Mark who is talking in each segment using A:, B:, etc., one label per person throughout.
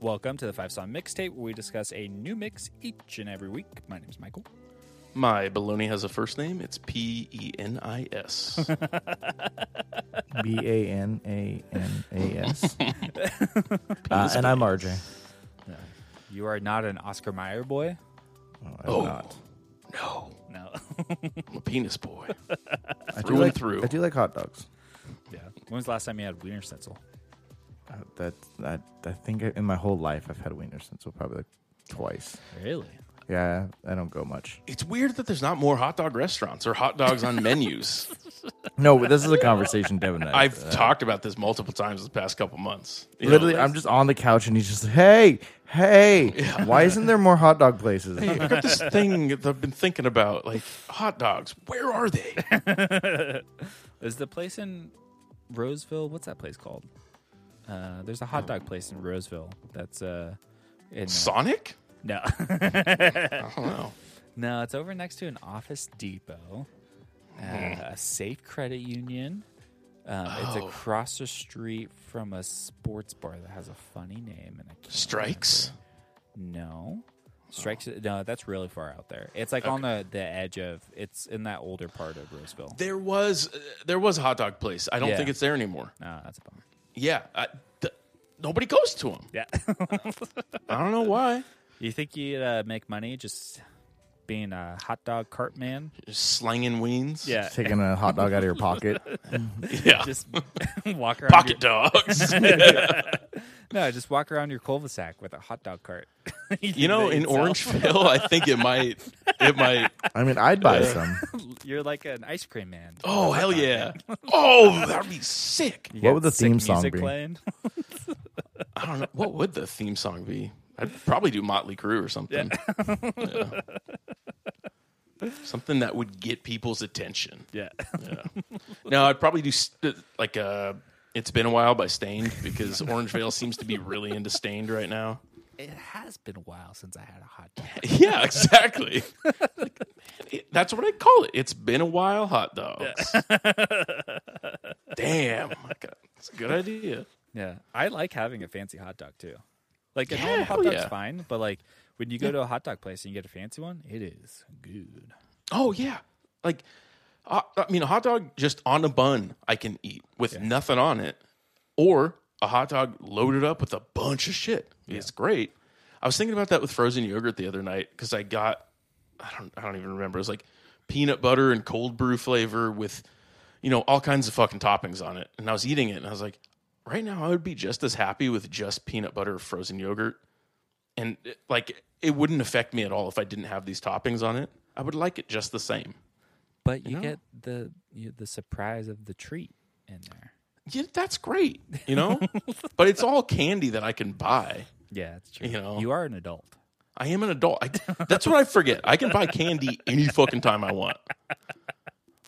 A: Welcome to the Five Song Mixtape, where we discuss a new mix each and every week. My name's Michael.
B: My baloney has a first name. It's P E N I S.
C: B A N A N A S. Uh, And I'm RJ.
A: You are not an Oscar Mayer boy?
C: Oh, I'm
B: Oh.
C: not.
B: No,
A: No.
B: I'm a penis boy.
C: I do
B: Through and
C: like
B: through.
C: I do like hot dogs.
A: yeah. When was the last time you had Wiener Schnitzel?
C: Uh, that I, I think in my whole life I've had wiener schnitzel probably like twice.
A: Really?
C: Yeah, I don't go much.
B: It's weird that there's not more hot dog restaurants or hot dogs on menus.
C: No, but this is a conversation Devin and I.
B: I've talked about this multiple times the past couple months. You know,
C: Literally, I'm just on the couch and he's just, hey, hey, why isn't there more hot dog places?
B: I got this thing that I've been thinking about, like hot dogs. Where are they?
A: Is the place in Roseville? What's that place called? Uh, there's a hot dog place in Roseville that's uh, in. uh,
B: Sonic?
A: no.
B: I don't know.
A: no, it's over next to an Office Depot, uh, a safe credit union. Um, It's
B: Oh.
A: across the street from a sports bar that has a funny name. and I can't
B: Strikes?
A: No. Strikes
B: Oh.
A: no, that's really far out there. It's like on the, the edge of it's in that older part of Roseville.
B: There was uh, there was a hot dog place. I don't
A: Yeah.
B: think it's there anymore.
A: Ah, that's a bummer.
B: Yeah, I, th- nobody goes to them.
A: Yeah.
B: I don't know why.
A: you think you'd uh, make money just being a hot dog cart man?
B: Just slanging weens.
A: Yeah.
C: Taking a hot dog out of your pocket.
B: yeah.
A: Just walk around
B: Pocket dogs.
A: Your, no, just walk around your cul-de-sac with a hot dog cart.
B: you know, in Orangeville, I think it might. It might.
C: I mean, I'd buy some.
A: you're like an ice cream man.
B: Oh hell yeah! Oh, that'd be sick.
A: You
C: What
A: got
C: would the
A: sick
C: theme song
A: music
C: be?
A: Playing.
B: I don't know what would the theme song be. I'd probably do Motley Crue or something. Yeah. Something that would get people's attention.
A: Yeah.
B: No, I'd probably do st- like uh It's Been a While by Stained because Orangevale seems to be really into Stained right now.
A: It has been a while since I had a hot dog.
B: Yeah, exactly. Like, man, it- that's what I call it. It's been a while, hot dogs. Damn, I got- that's a good idea.
A: Yeah, I like having a fancy hot dog too. Like a
B: Yeah,
A: normal hot
B: hell
A: dog's
B: yeah.
A: fine, but like when you go to a hot dog place and you get a fancy one, it is good.
B: Oh yeah, like uh, I mean, a hot dog just on a bun I can eat with nothing on it, or a hot dog loaded up with a bunch of shit. It's great. I was thinking about that with frozen yogurt the other night because I got I don't I don't even remember. It was like peanut butter and cold brew flavor with you know all kinds of fucking toppings on it, and I was eating it and I was like, right now I would be just as happy with just peanut butter or frozen yogurt and like it wouldn't affect me at all if I didn't have these toppings on it. I would like it just the same.
A: But you
B: know?
A: get the you, the surprise of the treat in there.
B: Yeah, that's great, you know. but it's all candy that I can buy.
A: Yeah, that's true.
B: You know.
A: you are an adult.
B: I am an adult. I, that's what I forget. I can buy candy any fucking time I want.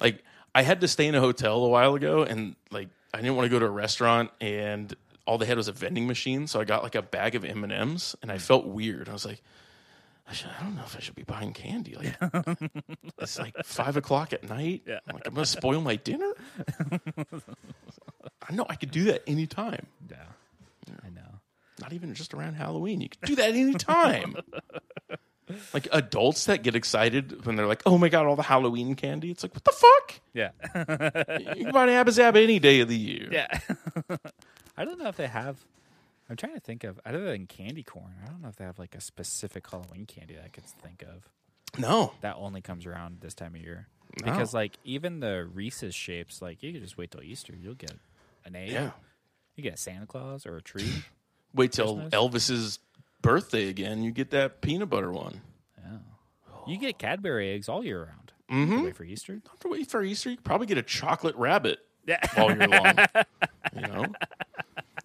B: Like I had to stay in a hotel a while ago, and like I didn't want to go to a restaurant, and all they had was a vending machine. So I got like a bag of M and M's, and I felt weird. I was like, I, should, I don't know if I should be buying candy. Like it's like five o'clock at night.
A: Yeah.
B: I'm like I'm gonna spoil my dinner. I know I could do that anytime.
A: Yeah, I know.
B: Not even just around Halloween. You can do that anytime. like adults that get excited when they're like, oh my God, all the Halloween candy. It's like, what the fuck?
A: Yeah,
B: You can buy an Abba Zab any day of the year.
A: yeah. I don't know if they have. I'm trying to think of other than candy corn. I don't know if they have like a specific Halloween candy that I could think of.
B: No.
A: that only comes around this time of year.
B: Oh.
A: Because like even the Reese's shapes, like you can just wait till Easter, you'll get an egg.
B: Yeah.
A: You get Santa Claus or a tree.
B: Wait till
A: Christmas?
B: Elvis's birthday again. You get that peanut butter one.
A: you get Cadbury eggs all year round. Mm-hmm. Wait for Easter.
B: Don't have to wait for Easter. You could probably get a chocolate rabbit
A: Yeah.
B: all year long. you know?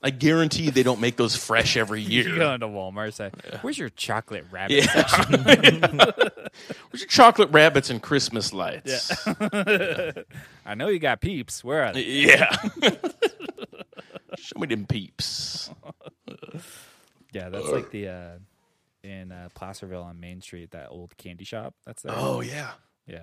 B: I guarantee they don't make those fresh every
A: You
B: year.
A: go into Walmart, say, "Where's your chocolate rabbit?"
B: Yeah. Where's your chocolate rabbits and Christmas lights?
A: I know you got peeps. Where are they?
B: Yeah. Show me them peeps.
A: Yeah, that's like the uh, in uh, Placerville on Main Street, that old candy shop. That's there.
B: Oh yeah.
A: yeah.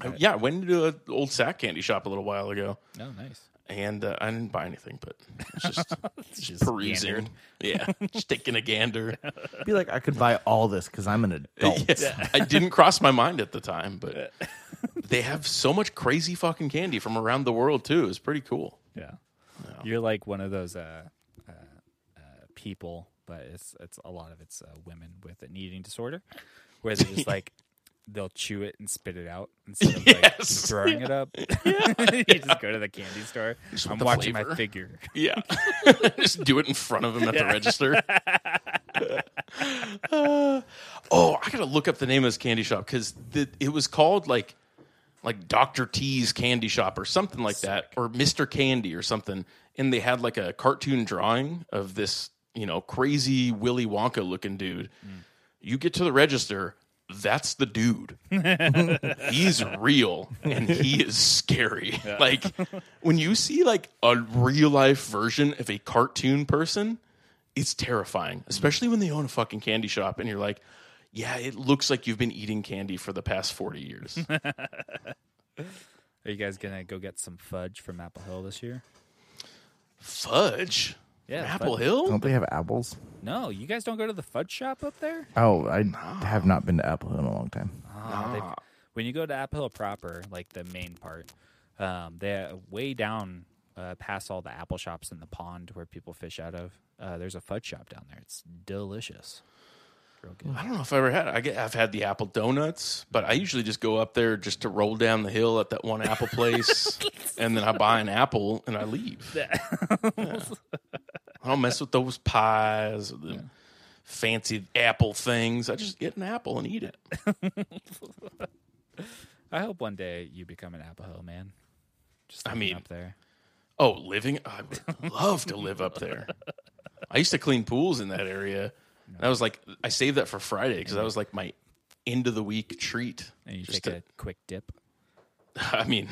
B: I- yeah, I went into an old sack candy shop a little while ago,
A: Oh, nice.
B: and uh, I didn't buy anything, but it's just, perusing.
A: standard.
B: Yeah, just taking a gander.
C: Be like, I could buy all this because I'm an adult.
B: Yes. I didn't cross my mind at the time, but they have so much crazy fucking candy from around the world too. It's pretty cool.
A: Yeah. You're like one of those uh, uh, uh, people, but it's it's a lot of it's uh, women with an eating disorder, where they're just like they'll chew it and spit it out instead of like
B: Yes.
A: throwing it up. you just go to the candy store. I'm
B: the
A: watching my
B: flavor.
A: figure.
B: Yeah. Just do it in front of him at the register. Uh, oh, I gotta look up the name of this candy shop because it was called like like Dr. T's candy shop or something like that, or Mr. Candy or something. And they had like a cartoon drawing of this, you know, crazy Willy Wonka looking dude. You get to the register, that's the dude. He's real and he is scary. Like when you see like a real life version of a cartoon person, it's terrifying, especially when they own a fucking candy shop and you're like, yeah, it looks like you've been eating candy for the past 40 years.
A: Are you guys gonna go get some fudge from Apple Hill this year?
B: Fudge?
A: Yeah,
B: From Apple
A: fudge.
B: Hill?
C: Don't they have apples?
A: No, you guys don't go to the fudge shop up there.
C: Oh, I have not been to Apple Hill in a long time.
A: Uh,
B: Ah.
A: they've- When you go to Apple Hill proper, like the main part, um, they're way down uh, past all the apple shops in the pond where people fish out of. Uh, there's a fudge shop down there. It's delicious. Real good.
B: I don't know if I ever had it. I get, I've had the apple donuts, but I usually just go up there just to roll down the hill at that one apple place, and then I buy an apple and I leave. Yeah. I don't mess with those pies, or the fancy apple things. I just get an apple and eat it.
A: I hope one day you become an Apple Hill man. Just
B: I
A: living
B: mean-
A: up there.
B: Oh, living! I would love to live up there. I used to clean pools in that area. And I was like, I saved that for Friday because that was like my end of the week treat.
A: And you
B: Just
A: take
B: to-
A: a quick dip.
B: I mean,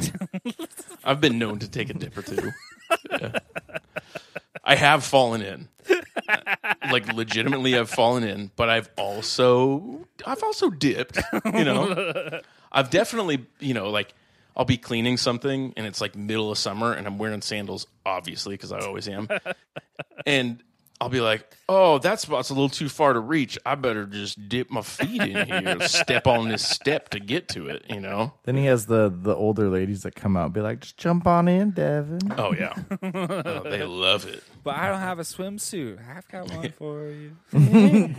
B: I've been known to take a dip or two. Yeah. I have fallen in, Uh, like legitimately, I've fallen in, but I've also, I've also dipped. You know, I've definitely, you know, like I'll be cleaning something and it's like middle of summer and I'm wearing sandals, obviously, because I always am, and. I'll be like, oh, that spot's a little too far to reach. I better just dip my feet in here, step on this step to get to it, you know?
C: Then he has the the older ladies that come out and be like, just jump on in, Devin.
B: Oh yeah, Oh, they love it.
A: But I don't have a swimsuit. I've got one for you.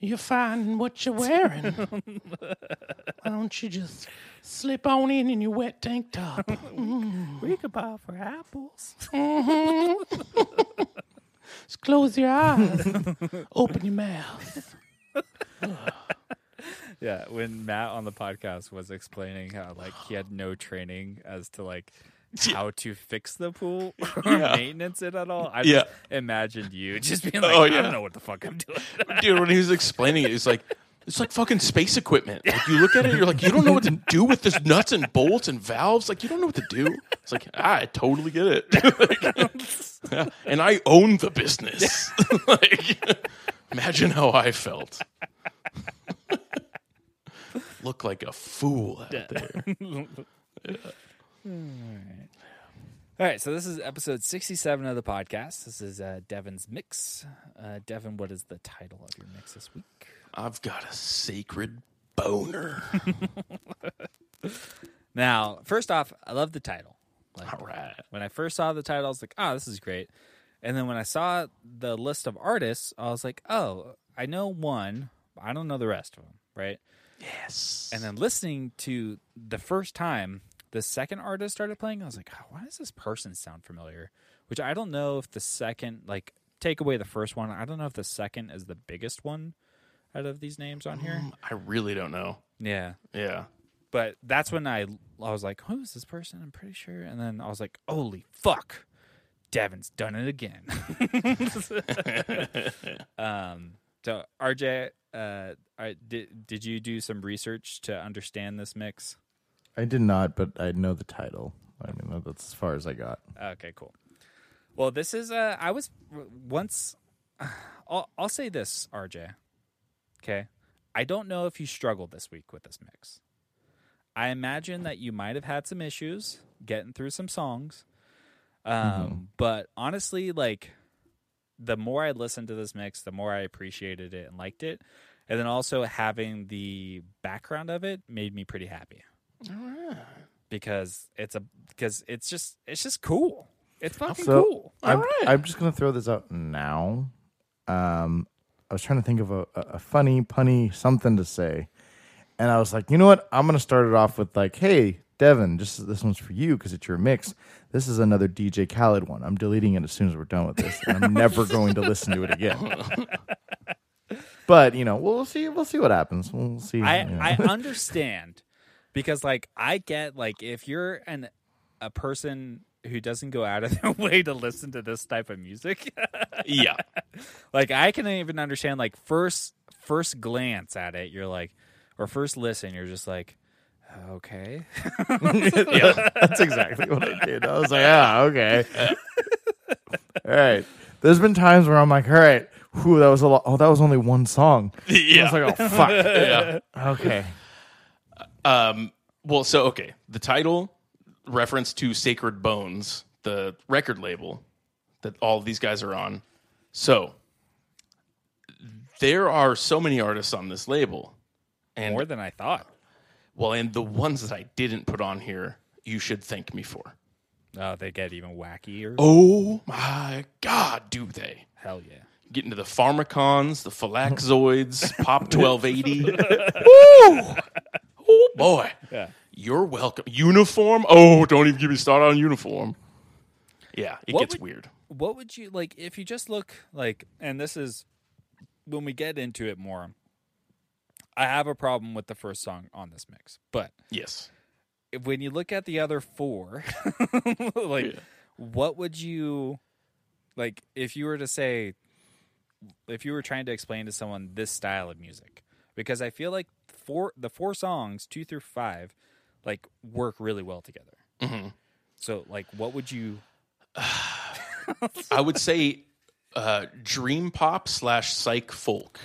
B: You're finding what you're wearing. Why don't you just slip on in in your wet tank top?
A: We could buy for apples.
B: Just close your eyes, open your mouth.
A: Yeah, when Matt on the podcast was explaining how like he had no training as to like how to fix the pool or maintenance it at all, I just imagined you just being like,
B: Oh,
A: I
B: yeah.
A: don't know what the fuck I'm doing.
B: Dude, when he was explaining it, he's like. It's like fucking space equipment. Like you look at it, you're like, you don't know what to do with this nuts and bolts and valves. Like you don't know what to do. It's like "Ah, I totally get it, Like, and I own the business. like, imagine how I felt. look like a fool out there.
A: all right, so this is episode 67 of the podcast. This is uh, Devin's mix. Uh, Devin, what is the title of your mix this week?
B: I've got a sacred boner.
A: Now, first off, I love the title. Like,
B: All right.
A: When I first saw the title, I was like, "Ah, this is great." And then when I saw the list of artists, I was like, "Oh, I know one, but I don't know the rest of them." Right?
B: Yes.
A: And then listening to the first time the second artist started playing, I was like, oh, "Why does this person sound familiar?" Which I don't know if the second, like, take away the first one, I don't know if the second is the biggest one out of these names on here.
B: I really don't know.
A: Yeah
B: Yeah.
A: but that's when I I was like, who is this person? I'm pretty sure. And then I was like, holy fuck, Devin's done it again. um, so RJ, uh, I, did did you do some research to understand this mix?
C: I did not, but I know the title. I mean, that's as far as I got.
A: Okay, cool. Well, this is uh, I was once. I'll I'll say this, RJ. Okay, I don't know if you struggled this week with this mix. I imagine that you might have had some issues getting through some songs. Um, But honestly, like the more I listened to this mix, the more I appreciated it and liked it. And then also having the background of it made me pretty happy because it's a because it's just it's just cool. It's fucking
C: So
A: cool.
C: I'm,
B: Alright.
C: I'm just gonna throw this out now. Um, I was trying to think of a, a a funny, punny something to say, and I was like, you know what? I'm gonna start it off with like, hey, Devin, just this one's for you because it's your mix. This is another DJ Khaled one. I'm deleting it as soon as we're done with this, and I'm never going to listen to it again. but you know, we'll see. We'll see what happens. We'll see.
A: I,
C: you know.
A: I understand because like I get like if you're an a person who doesn't go out of their way to listen to this type of music,
B: Yeah.
A: like I can even understand like first first glance at it, you're like or first listen, you're just like okay.
B: Yeah.
C: That's exactly what I did. I was like, ah, okay. all right. There's been times where I'm like, all right, whew, that was a lot. Oh, that was only one song.
B: Yeah.
C: I was like, oh, fuck.
B: yeah.
C: Okay.
B: Um, well, so okay, the title reference to Sacred Bones, the record label that all of these guys are on. So there are so many artists on this label, and
A: More than I thought.
B: well, and the ones that I didn't put on here, you should thank me for.
A: Oh, they get even wackier.
B: Oh my God, do they?
A: Hell yeah.
B: Get into the pharmacons, the phylaxoids, Pop 1280. Woo! Oh boy.
A: Yeah.
B: You're welcome. Uniform? Oh, don't even give me started on uniform. Yeah, it
A: What
B: gets
A: would-
B: weird.
A: what would you like if you just look like and this is when we get into it more i have a problem with the first song on this mix but
B: Yes.
A: if- when you look at the other four like
B: Yeah.
A: what would you like if you were to say if you were trying to explain to someone this style of music because i feel like four the four songs two through five like work really well together
B: Mm-hmm.
A: so like what would you
B: I would say uh, dream pop slash psych folk.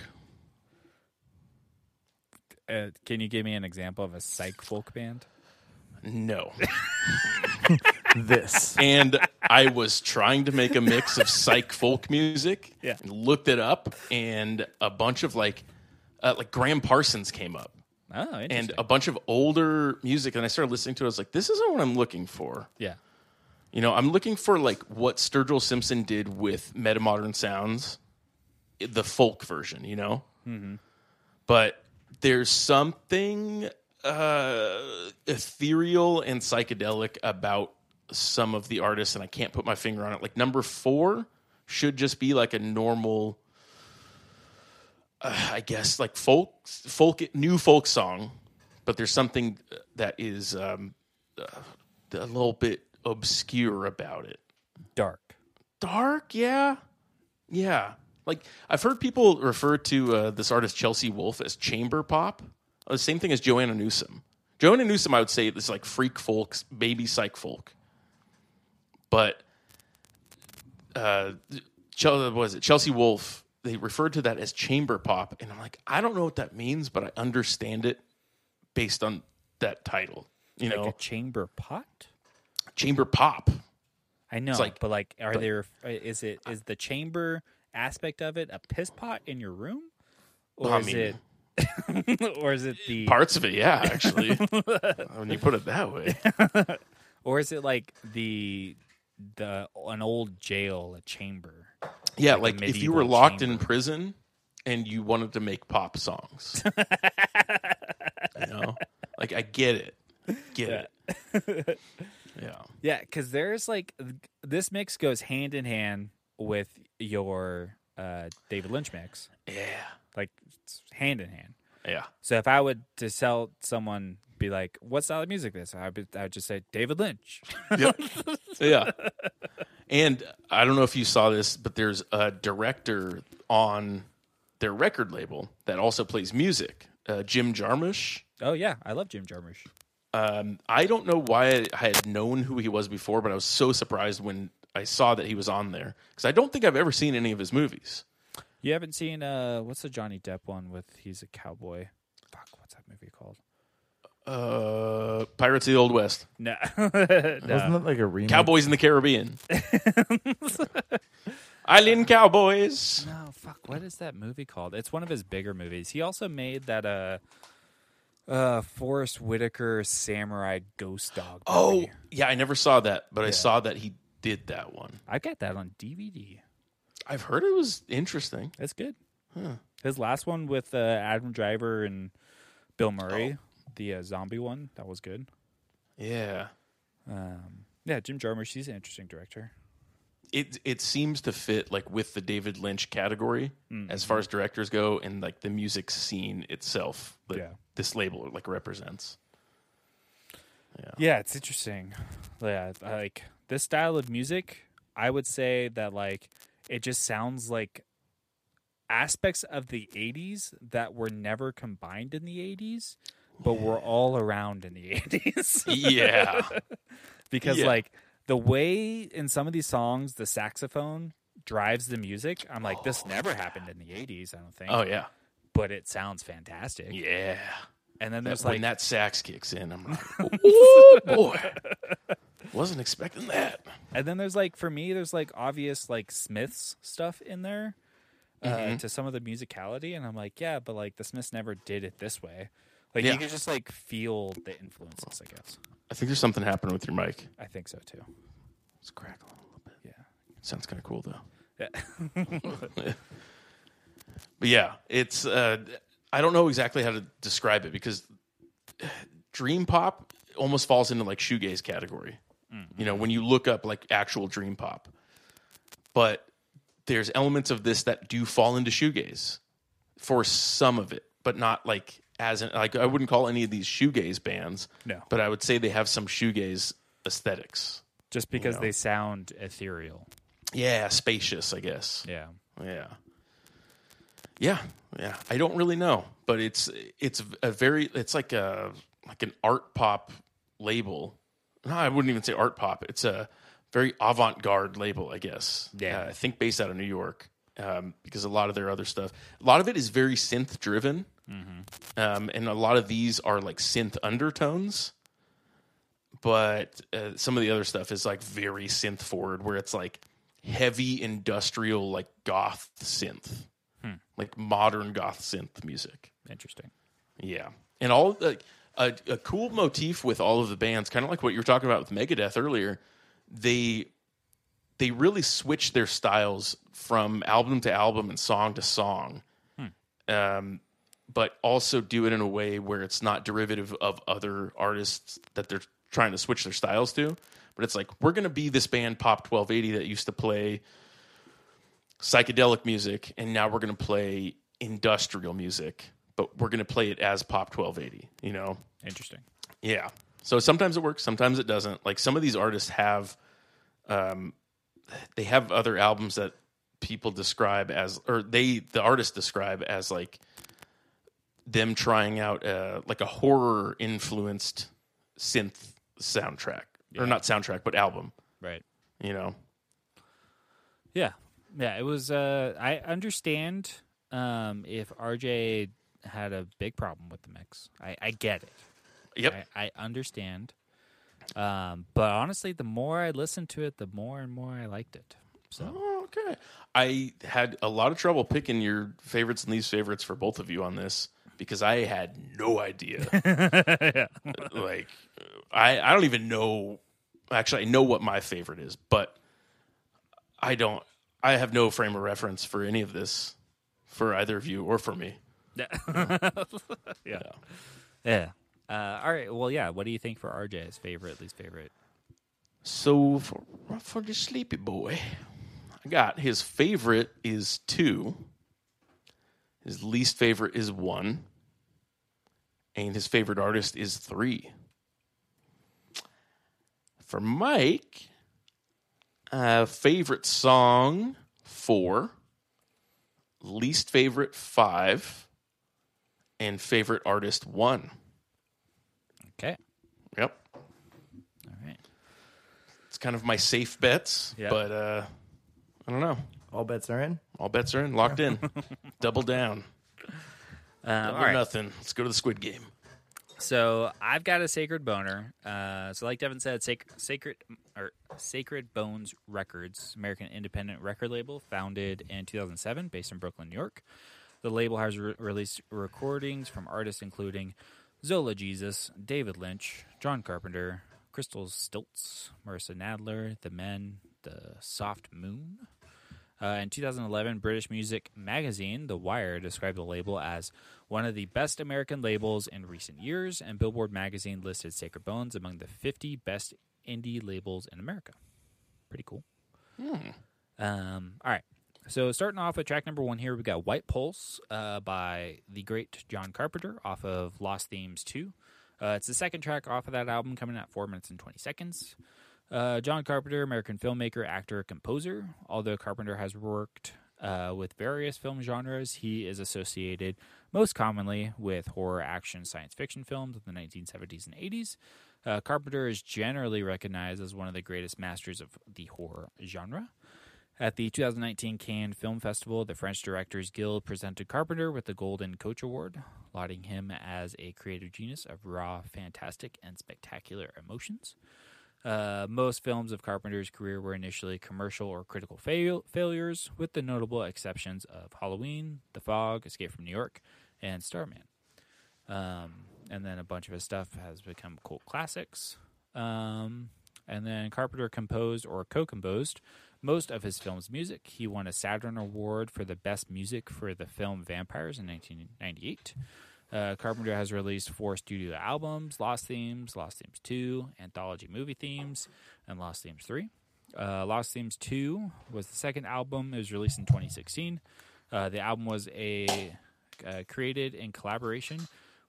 A: uh, can you give me an example of a psych folk band
B: No.
C: This.
B: and I was trying to make a mix of psych folk music.
A: Yeah.
B: And looked it up, and a bunch of like, uh, like Graham Parsons came up,
A: Oh, interesting.
B: and a bunch of older music. And I started listening to it. I was like, this isn't what I'm looking for.
A: yeah,
B: You know, I'm looking for like what Sturgill Simpson did with Metamodern Sounds, the folk version. You know, but there's something uh, ethereal and psychedelic about some of the artists, and I can't put my finger on it. Like number four should just be like a normal, uh, I guess, like folk, folk, new folk song, but there's something that is um, uh, a little bit obscure about it
A: dark.
B: dark yeah yeah like i've heard people refer to uh, this artist chelsea wolf as chamber pop uh, same thing as joanna newsom joanna newsom i would say is like freak folk baby psych folk but uh Chel- what was it chelsea wolf they referred to that as chamber pop and i'm like i don't know what that means but i understand it based on that title you know
A: Like a chamber pot.
B: chamber pop
A: I know,
B: like-
A: but like, are there? uh, Is it? Is the chamber aspect of it a piss pot in your room, or
B: I
A: is
B: mean-
A: it? or is it the?
B: parts of it yeah actually when you put it that way
A: Or is it like the the an old jail, a chamber?
B: Yeah,
A: like a
B: like, if you were
A: medieval
B: locked in
A: chamber.
B: prison and you wanted to make pop songs. you know? Like I get it. Get it. Yeah.
A: Yeah, because there's like this mix goes hand in hand with your uh, David Lynch mix,
B: Yeah.
A: like it's hand in hand.
B: Yeah.
A: So if I would to tell someone, be like, "What style of music this?" I would, I would just say David Lynch.
B: Yeah. And I don't know if you saw this, but there's a director on their record label that also plays music, uh, Jim Jarmusch.
A: oh yeah, I love Jim Jarmusch.
B: Um, I don't know why I had known who he was before, but I was so surprised when I saw that he was on there because I don't think I've ever seen any of his movies.
A: You haven't seen uh, what's the Johnny Depp one with he's a cowboy? Fuck, what's that movie called?
B: Uh, Pirates of the Old West,
A: No. no.
C: Wasn't that like a remake?
B: Cowboys in the Caribbean, Island Cowboys.
A: No, fuck. What is that movie called? It's one of his bigger movies. He also made that uh, uh, Forrest Whitaker samurai ghost dog.
B: Oh,
A: movie.
B: yeah, I never saw that, but I saw that he did that one.
A: I got that on DVD.
B: I've heard it was interesting.
A: That's good. His last one with uh, Adam Driver and Bill Murray, the uh, zombie one, that was good.
B: Yeah,
A: Um, yeah, Jim Jarmusch, he's an interesting director.
B: it it seems to fit like with the David Lynch category
A: Mm,
B: as far as directors go, and like the music scene itself that
A: Yeah.
B: this label like represents.
A: Yeah, it's interesting. Yeah, I like this style of music, I would say that like it just sounds like aspects of the 80s that were never combined in the 80s but were all around in the 80s.
B: Yeah,
A: because
B: Yeah.
A: like the way in some of these songs the saxophone drives the music i'm like this never happened in the 80s i don't think
B: oh yeah,
A: but it sounds fantastic
B: yeah.
A: and then
B: That's
A: there's
B: when
A: like
B: that sax kicks in, I'm like, oh boy, wasn't expecting that.
A: and then there's like for me there's like obvious like smiths stuff in there
B: Mm-hmm.
A: uh, to some of the musicality and i'm like yeah but like the smiths never did it this way like
B: Yeah.
A: you can just like feel the influences i guess
B: I think there's something happening with your mic.
A: i think so too
B: It's crackling a little bit.
A: yeah
B: Sounds kind of cool though.
A: Yeah.
B: But yeah, it's uh, I don't know exactly how to describe it because dream pop almost falls into like shoegaze category. You know, when you look up like actual dream pop, but there's elements of this that do fall into shoegaze for some of it, but not like as an like I wouldn't call any of these shoegaze bands.
A: No.
B: but I would say they have some shoegaze aesthetics.
A: just because
B: know.
A: they sound ethereal
B: Yeah, spacious, I guess.
A: yeah
B: Yeah. Yeah, yeah. I don't really know, but it's it's a very it's like a like an art pop label. No, I wouldn't even say art pop. It's a very avant-garde label, I guess.
A: Yeah.
B: Uh, I think based out of New York. Um, because a lot of their other stuff, a lot of it is very synth driven, um, and a lot of these are like synth undertones. But uh, some of the other stuff is like very synth forward, where it's like heavy industrial, like goth synth, like modern goth synth music.
A: interesting
B: Yeah, and all like a, a cool motif with all of the bands, kind of like what you were talking about with Megadeth earlier. They they really switch their styles from album to album and song to song, um, but also do it in a way where it's not derivative of other artists that they're trying to switch their styles to. But it's like we're going to be this band Pop Twelve Eighty that used to play psychedelic music and now we're going to play industrial music but we're going to play it as pop 1280 you know
A: interesting
B: yeah so sometimes it works sometimes it doesn't like some of these artists have um they have other albums that people describe as or they the artists describe as like them trying out uh like a horror influenced synth soundtrack or not soundtrack but album
A: right
B: you know
A: Yeah. Yeah, it was uh I understand um if RJ had a big problem with the mix. I, I get it.
B: yep
A: I, I understand. Um but honestly the more I listened to it, the more and more I liked it. So
B: Oh, okay. I had a lot of trouble picking your favorites and least favorites for both of you on this because I had no idea. like, I I don't even know. Actually, I know what my favorite is, but I don't. I have no frame of reference for any of this for either of you or for me.
A: Yeah. yeah. Yeah. Uh, all right. Well, yeah. What do you think for RJ's favorite, least favorite?
B: So for for the sleepy boy, I got his favorite is two. His least favorite is one. And his favorite artist is three. For Mike, uh, favorite song four, least favorite five, and favorite artist one.
A: Okay.
B: Yep.
A: All right.
B: It's kind of my safe bets,
A: Yeah.
B: but uh, I don't know.
C: All bets are in.
B: All bets are in, locked in, double down,
A: Um,
B: All
A: all right.
B: nothing. Let's go to the Squid Game.
A: So I've got a sacred boner. Uh, so like Devin said, sac- sacred or Sacred Bones Records, American independent record label, founded in 2007, based in Brooklyn, New York. The label has re- released recordings from artists including Zola Jesus, David Lynch, John Carpenter, Crystal Stilts, Marissa Nadler, The Men, The Soft Moon. Uh, in 2011, British music magazine The Wire described the label as one of the best American labels in recent years, and Billboard magazine listed Sacred Bones among the 50 best indie labels in America. Pretty cool. Um, all right. So starting off with track number one here, we got White Pulse uh, by the great John Carpenter off of Lost Themes 2. Uh, it's the second track off of that album, coming out 4 minutes and 20 seconds. Uh, John Carpenter, American filmmaker, actor, composer. Although Carpenter has worked uh, with various film genres, he is associated most commonly with horror, action, science fiction films of the 1970s and 80s. Uh, Carpenter is generally recognized as one of the greatest masters of the horror genre. At the 2019 Cannes Film Festival, the French Directors Guild presented Carpenter with the Golden Coach Award, lauding him as a creative genius of raw, fantastic, and spectacular emotions. Uh, most films of Carpenter's career were initially commercial or critical fail- failures, with the notable exceptions of Halloween, The Fog, Escape from New York, and Starman. Um, and then a bunch of his stuff has become cult classics. Um, and then Carpenter composed or co composed most of his film's music. He won a Saturn Award for the best music for the film Vampires in 1998. Uh, Carpenter has released four studio albums Lost Themes, Lost Themes 2, Anthology Movie Themes, and Lost Themes 3. Uh, Lost Themes 2 was the second album. It was released in 2016. Uh, the album was a uh, created in collaboration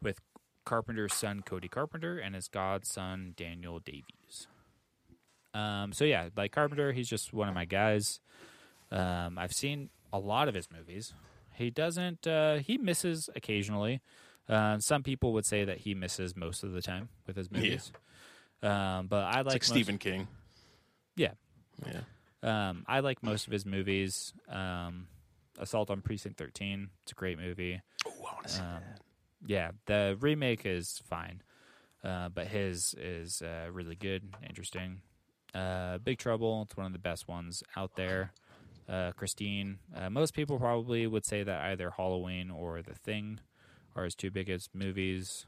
A: with Carpenter's son Cody Carpenter and his godson Daniel Davies. Um, so yeah, like Carpenter, he's just one of my guys. Um, I've seen a lot of his movies. He doesn't. Uh, he misses occasionally. Uh, some people would say that he misses most of the time with his movies. Um, but I like,
B: like
A: most-
B: Stephen King.
A: Yeah,
B: Yeah.
A: um, I like most of his movies. Um, Assault on Precinct 13. It's a great movie. Um,
B: Oh, I want to see that.
A: Yeah, the remake is fine, uh, but his is uh, really good, interesting. Uh, Big Trouble. It's one of the best ones out there. Uh, Christine. Uh, most people probably would say that either Halloween or The Thing are his two biggest movies.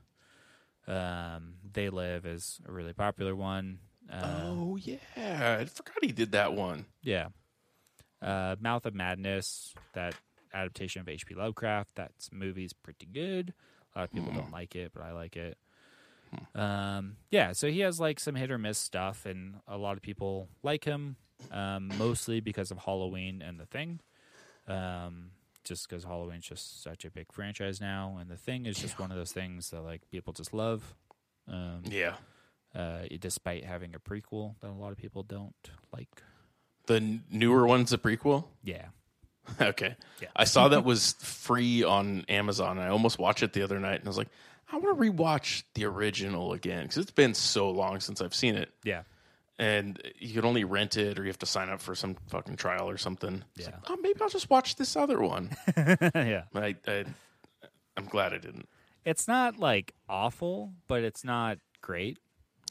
A: Um, they Live is a really popular one. Uh,
B: Oh yeah, I forgot he did that one.
A: yeah. Uh, Mouth of Madness, that adaptation of H.P. Lovecraft, that movie's pretty good. A lot of people don't like it, but I like it. Um, yeah, so he has like some hit or miss stuff, and a lot of people like him, um, mostly because of Halloween and The Thing. Um, just because Halloween's just such a big franchise now, and The Thing is just one of those things that like people just love. Um,
B: Yeah,
A: uh, despite having a prequel that a lot of people don't like.
B: the n- newer one's a prequel.
A: Yeah.
B: okay,
A: Yeah.
B: I saw that was free on Amazon. I almost watched it the other night, and I was like, I want to rewatch the original again because it's been so long since I've seen it.
A: Yeah.
B: and you can only rent it or you have to sign up for some fucking trial or something. It's
A: Yeah.
B: like, oh, maybe I'll just watch this other one.
A: yeah.
B: And I, I, I'm glad I didn't.
A: It's not like awful, but it's not great.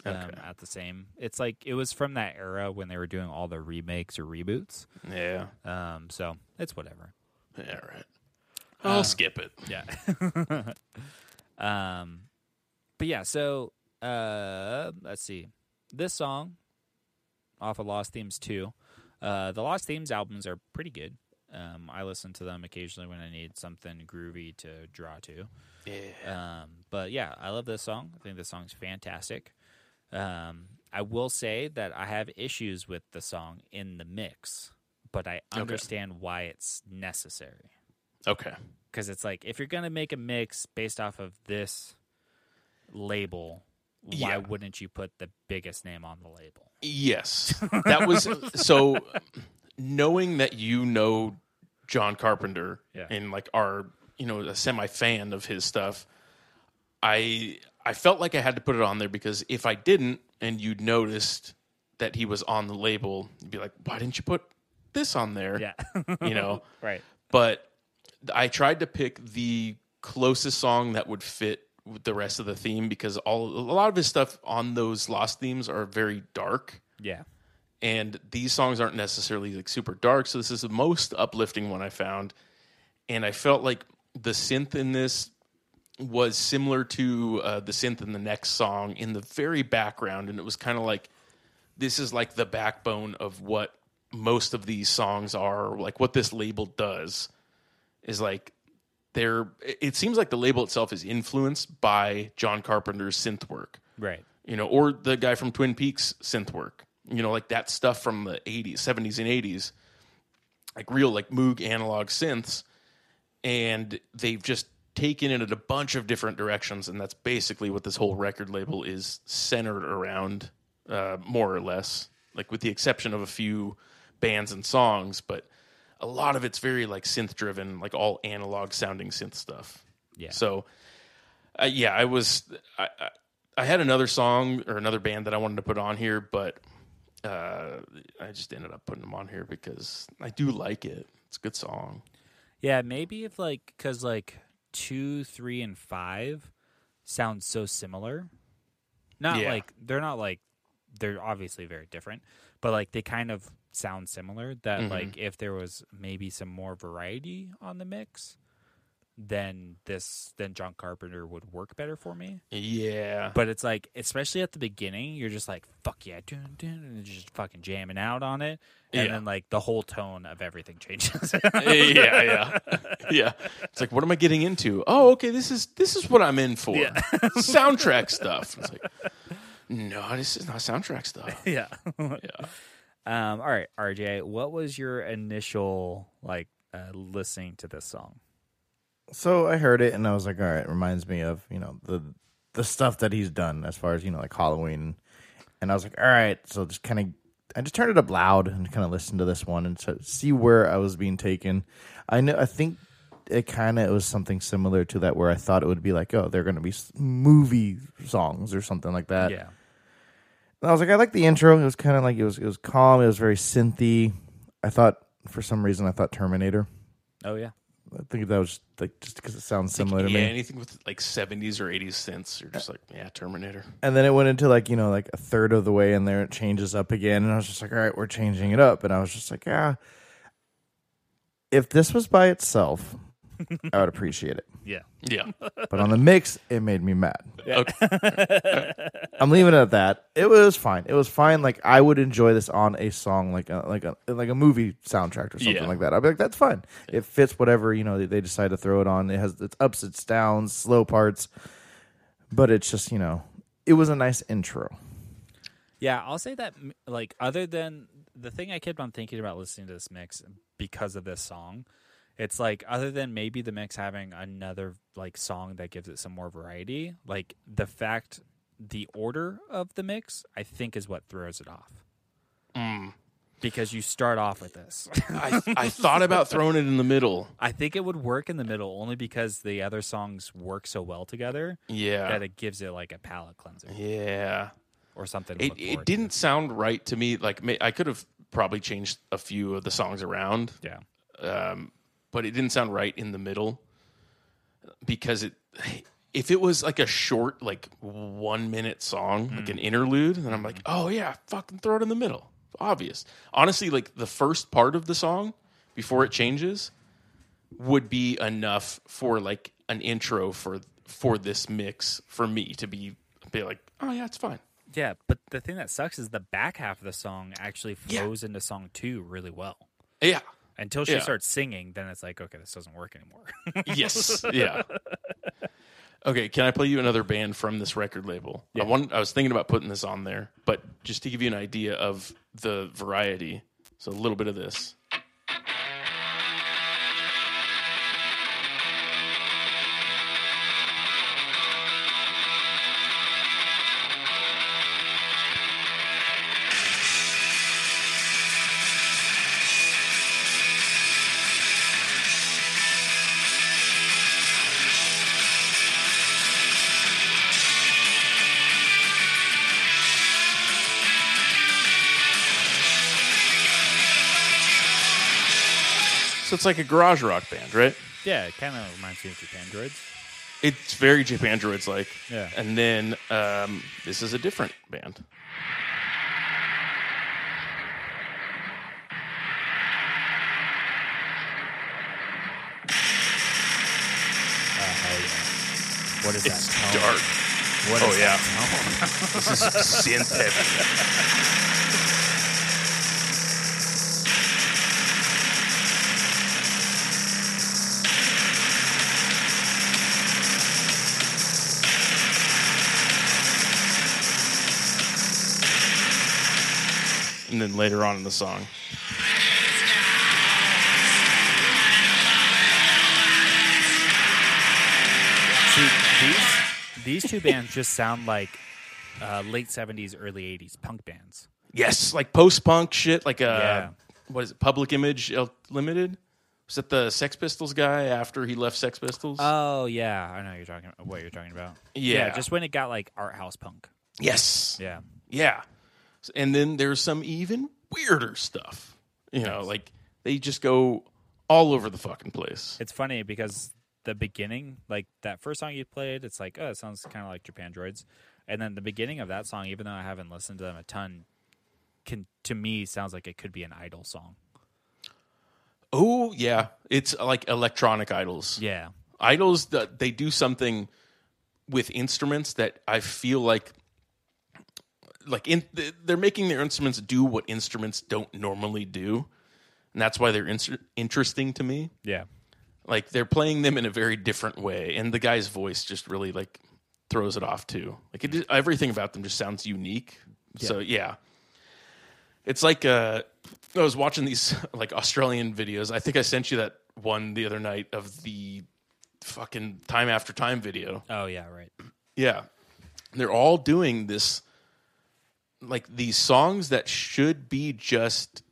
A: Um,
B: Okay.
A: At the same, it's like it was from that era when they were doing all the remakes or reboots.
B: Yeah.
A: Um, so it's whatever.
B: All right. Uh, I'll skip it.
A: Yeah. um, but yeah. So uh, let's see. This song off of Lost Themes two. Uh, the Lost Themes albums are pretty good. Um, I listen to them occasionally when I need something groovy to draw to.
B: Yeah.
A: Um, but yeah, I love this song. I think this song's fantastic. Um, I will say that I have issues with the song in the mix, but I understand why it's necessary.
B: Okay.
A: Because it's like if you're gonna make a mix based off of this label, why
B: Yeah.
A: wouldn't you put the biggest name on the label?
B: Yes. That was so knowing that you know John Carpenter
A: Yeah.
B: and like are, you know, a semi fan of his stuff, I I felt like I had to put it on there because if I didn't and you noticed that he was on the label, you'd be like, Why didn't you put this on there?
A: Yeah,
B: You know?
A: right.
B: but I tried to pick the closest song that would fit with the rest of the theme because all a lot of his stuff on those lost themes are very dark
A: Yeah.
B: and these songs aren't necessarily like super dark so this is the most uplifting one i found and i felt like the synth in this was similar to uh, the synth in the next song in the very background and it was kind of like this is like the backbone of what most of these songs are like what this label does is like they're it- it seems like the label itself is influenced by john carpenter's synth work
A: Right.
B: you know, or the guy from Twin Peaks synth work, you know, like that stuff from the 80s, 70s, and 80s, like real, like Moog analog synths. And they've just taken it in a bunch of different directions. And that's basically what this whole record label is centered around, uh, more or less, like with the exception of a few bands and songs. But a lot of it's very like synth driven, like all analog sounding synth stuff.
A: Yeah.
B: So, uh, yeah, I was. I, I, I had another song or another band that I wanted to put on here, but uh, I just ended up putting them on here because I do like it. It's a good song.
A: Yeah, maybe if like because like two, three, and five sound so similar. Not
B: Yeah.
A: like they're not like they're obviously very different, but like they kind of sound similar. That
B: Mm-hmm.
A: like if there was maybe some more variety on the mix, then this then John Carpenter would work better for me.
B: Yeah,
A: But it's like, especially at the beginning, you're just like, fuck yeah, dun, dun, and you're just fucking jamming out on it. And
B: Yeah.
A: then like the whole tone of everything changes.
B: yeah, yeah, yeah. It's like, what am I getting into? Oh, okay, this is this is what I'm in for. soundtrack stuff. It's like, no, this is not soundtrack stuff.
A: yeah.
B: Yeah.
A: Um, all right, RJ, what was your initial like uh, listening to this song?
C: So I heard it and I was like, all right, it reminds me of, you know, the the stuff that he's done as far as, you know, like Halloween. And I was like, all right, so just kind of I just turned it up loud and kind of listened to this one and so, see where I was being taken. I know I think it kind of was something similar to that where I thought it would be like, oh, they're going to be s- movie songs or something like
A: Uh,
C: that. And I was like, I like the intro. It was kind of like it was it was calm, it was very synthy. I thought for some reason I thought Terminator.
A: Oh yeah.
C: I think that was like just because it sounds similar to
B: yeah,
C: me.
B: anything with like 70s or 80s synths, you're just like, yeah, Terminator.
C: and then it went into like you know like a third of the way in there it changes up again and i was just like all right we're changing it up and i was just like yeah if this was by itself i would appreciate it
A: Yeah.
B: Yeah.
C: but on the mix it made me mad
B: Okay.
C: i'm leaving it at that it was fine it was fine like i would enjoy this on a song like a like a like a movie soundtrack or something
B: Yeah.
C: like that i'd be like that's fine it fits whatever you know they, they decide to throw it on it has its ups its downs slow parts but it's just you know it was a nice intro
A: Yeah, I'll say that m- like other than the thing I kept on thinking about listening to this mix because of this song, it's like other than maybe the mix having another like song that gives it some more variety, like the fact the order of the mix I think is what throws it off. Because you start off with this.
B: I, I thought about throwing it in the middle.
A: I think it would work in the middle only because the other songs work so well together
B: Yeah.
A: that it gives it like a palate cleanser
B: yeah.
A: or something. to
B: It,
A: look
B: it
A: forward to.
B: didn't sound right to me. Like, ma- I could have probably changed a few of the songs around,
A: Yeah.
B: um, but it didn't sound right in the middle because it. If it was like a short, like one minute song, like an interlude, then I'm like, oh yeah, fucking throw it in the middle. Obvious. Honestly, like the first part of the song before it changes would be enough for like an intro for for this mix for me to be be like, oh yeah, it's fine.
A: Yeah, but the thing that sucks is the back half of the song actually flows into song two really well.
B: Yeah.
A: Until she
B: Yeah.
A: starts singing, then it's like, okay, this doesn't work anymore.
B: Yes. yeah. Okay, can I play you another band from this record label? I wanted, I was thinking about putting this on there, but just to give you an idea of the variety, so a little bit of this. So it's like a garage rock band, right?
A: yeah, it kind of reminds me of Japandroids.
B: It's very Jip Androids like.
A: Yeah.
B: And then um, this is a different band.
A: Uh, oh, What is
B: It's
A: that? tone?
B: dark.
A: What
B: Oh
A: is
B: yeah.
A: that tone?
B: This is synth heavy. And then later on in the song.
A: See, these these two bands just sound like uh, late seventies, early eighties punk bands.
B: Yes, like post punk shit, like uh
A: Yeah.
B: what is it, Public Image L- Limited? Was that the Sex Pistols guy after he left Sex Pistols?
A: Oh yeah, I know you're talking what you're talking about.
B: Yeah.
A: just when it got like art house punk.
B: yes.
A: Yeah,
B: Yeah. S- And then there's some even weirder stuff. You know, like they just go all over the fucking place.
A: it's funny because the beginning, like that first song you played, it's like oh, it sounds kind of like Japan Droids, and then the beginning of that song, even though I haven't listened to them a ton, can to me sounds like it could be an idol song.
B: Oh, yeah. It's like electronic idols.
A: Yeah,
B: Idols that they do something with instruments that I feel like like in th- they're making their instruments do what instruments don't normally do. And that's why they're inser- interesting to me.
A: yeah,
B: like they're playing them in a very different way and the guy's voice just really like throws it off too like it just, everything about them just sounds unique so yeah it's like uh i was watching these like australian videos i think i sent you that one the other night of the fucking time after time video
A: oh yeah, right.
B: yeah. They're all doing this like these songs that should be just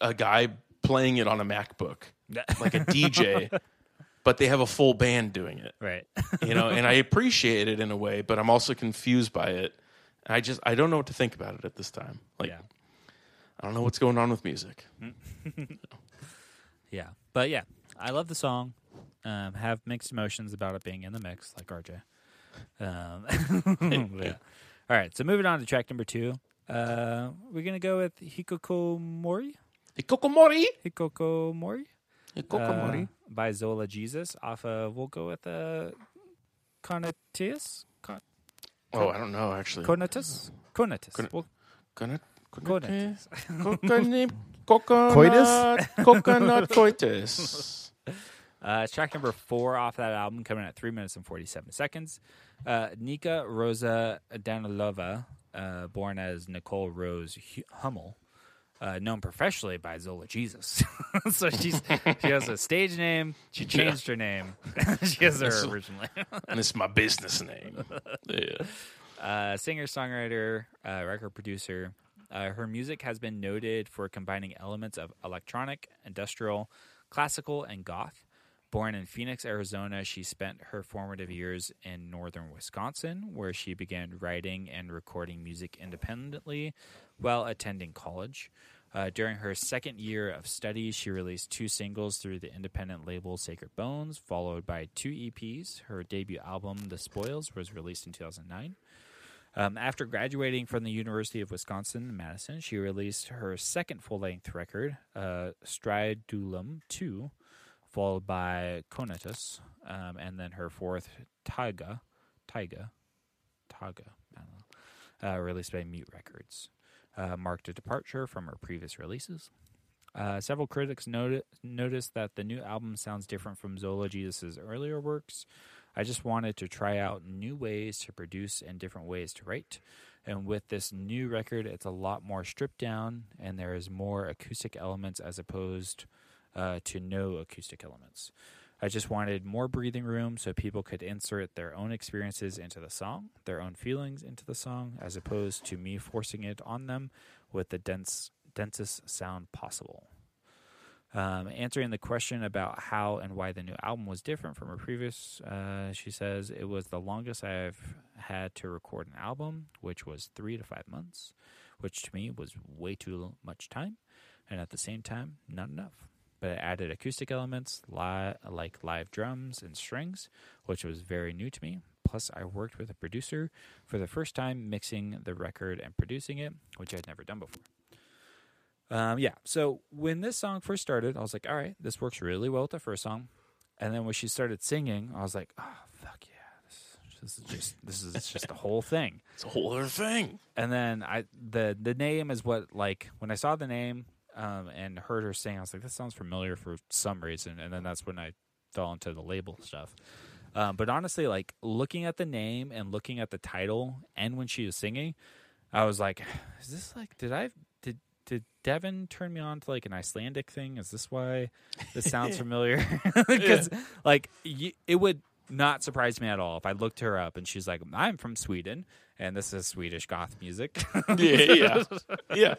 B: a guy playing it on a MacBook. like a DJ, but they have a full band doing it.
A: Right.
B: You know, and I appreciate it in a way, but I'm also confused by it. And I just I don't know what to think about it at this time. Like
A: Yeah.
B: I don't know what's going on with music.
A: Yeah, but yeah, I love the song. Um, have mixed emotions about it being in the mix, like RJ. Um, yeah. All right, so moving on to track number two, uh, we're gonna go with Hikoko Mori.
B: Hey, Kokomori.
A: Hikoko Mori
B: Hey,
A: uh,
B: Kokomori.
A: by Zola Jesus off of. We'll go with uh, Conatus. Con-
B: oh, I don't know actually.
A: Conatus. Conatus.
B: Con-
A: We'll-
B: Coconut.
A: Conatus.
B: Coconut. Coconut.
C: Coitus?
B: Coconut coitus.
A: Uh, it's track number four off that album, coming at three minutes and forty-seven seconds. Uh, Nika Rosa Danilova, uh, born as Nicole Rose Hu- Hummel, uh, known professionally by Zola Jesus. so she's she has a stage name. She changed her name. she has her original name.
B: and it's my business name. Yeah.
A: uh, singer songwriter, uh, record producer. Uh, her music has been noted for combining elements of electronic, industrial, classical, and goth. Born in Phoenix, Arizona, she spent her formative years in northern Wisconsin, where she began writing and recording music independently while attending college. Uh, during her second year of study, she released two singles through the independent label Sacred Bones, followed by two EPs. Her debut album, The Spoils, was released in 2009. Um, after graduating from the University of Wisconsin Madison, she released her second full length record, uh, Stridulum 2, followed by Conatus, um, and then her fourth, Taiga. Taiga. Taiga. I don't know. Uh, released by Mute Records. Uh, marked a departure from her previous releases. Uh, several critics noti- noticed that the new album sounds different from Zola Jesus' earlier works. I just wanted to try out new ways to produce and different ways to write. And with this new record, it's a lot more stripped down, and there is more acoustic elements as opposed uh, to no acoustic elements. I just wanted more breathing room so people could insert their own experiences into the song, their own feelings into the song, as opposed to me forcing it on them with the dense, densest sound possible. Um, answering the question about how and why the new album was different from her previous, uh, she says it was the longest I've had to record an album, which was three to five months, which to me was way too much time, and at the same time, not enough. but it added acoustic elements li- like live drums and strings, which was very new to me. Plus, I worked with a producer for the first time, mixing the record and producing it, which I'd never done before. Um, yeah, so when this song first started, I was like, all right, this works really well with the first song. And then when she started singing, I was like, oh, fuck yeah. This, this is just this is just the whole thing
B: It's a whole other thing.
A: and then I the the name is what like when I saw the name um, and heard her sing, I was like, that sounds familiar for some reason, and then that's when I fell into the label stuff. Um, but honestly, like looking at the name and looking at the title, and when she was singing, I was like, is this like did I did did Devin turn me on to like an Icelandic thing? Is this why this sounds familiar? Because like y- it would not surprise me at all if I looked her up and she's like, I'm from Sweden and this is Swedish goth music.
B: Yeah, yeah, yeah.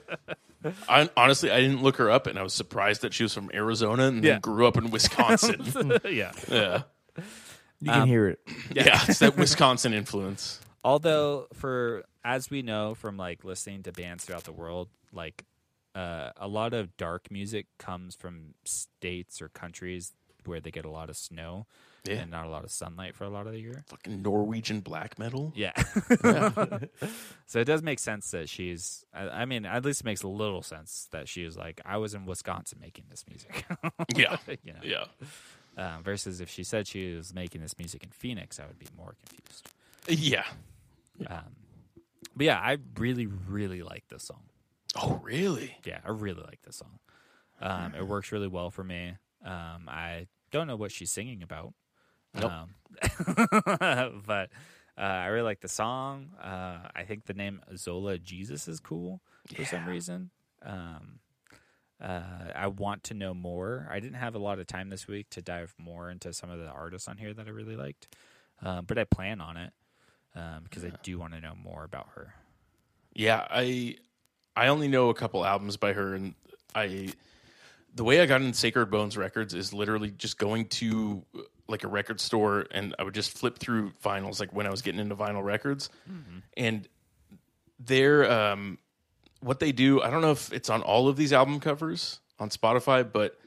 B: I, honestly, I didn't look her up, and I was surprised that she was from Arizona and
A: Yeah.
B: then grew up in Wisconsin.
A: yeah.
B: yeah,
C: You can hear it.
B: yeah, it's that Wisconsin influence.
A: Although, for as we know from like listening to bands throughout the world, like uh, a lot of dark music comes from states or countries where they get a lot of snow
B: Yeah.
A: and not a lot of sunlight for a lot of the year.
B: Fucking Norwegian black metal.
A: Yeah. so it does make sense that she's, I, I mean, at least it makes a little sense that she was like, I was in Wisconsin making this music.
B: Yeah,
A: you know?
B: yeah,
A: Um, versus if she said she was making this music in Phoenix, I would be more confused.
B: yeah.
A: Um, but yeah, I really, really like this song.
B: Oh, really?
A: Yeah, I really like this song. Um, it works really well for me. Um, I don't know what she's singing about.
B: Nope.
A: Um, but uh, I really like the song. Uh, I think the name Zola Jesus is cool for some reason. Um, uh, I want to know more. I didn't have a lot of time this week to dive more into some of the artists on here that I really liked, um, but I plan on it because I do want to know more about her.
B: Yeah, I I only know a couple albums by her, and I the way I got into Sacred Bones records is literally just going to uh, like a record store, and I would just flip through vinyls, like when I was getting into vinyl records, and they're um, what they do. I don't know if it's on all of these album covers on Spotify, but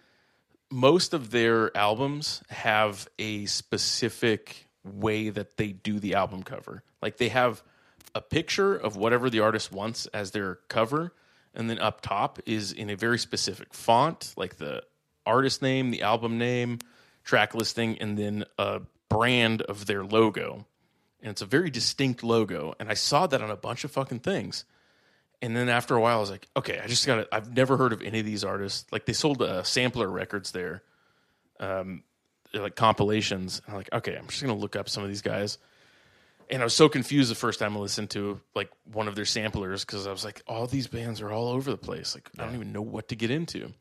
B: most of their albums have a specific way that they do the album cover. Like they have a picture of whatever the artist wants as their cover, and then up top is in a very specific font, like the artist name, the album name, track listing, and then a brand of their logo. And it's a very distinct logo. And I saw that on a bunch of fucking things. And then after a while, I was like, okay, I just got to, I've never heard of any of these artists. Like they sold uh, sampler records there, um, they're like compilations. And I'm like, okay, I'm just going to look up some of these guys. And I was so confused the first time I listened to like one of their samplers because I was like, all these bands are all over the place. Like, I don't even know what to get into.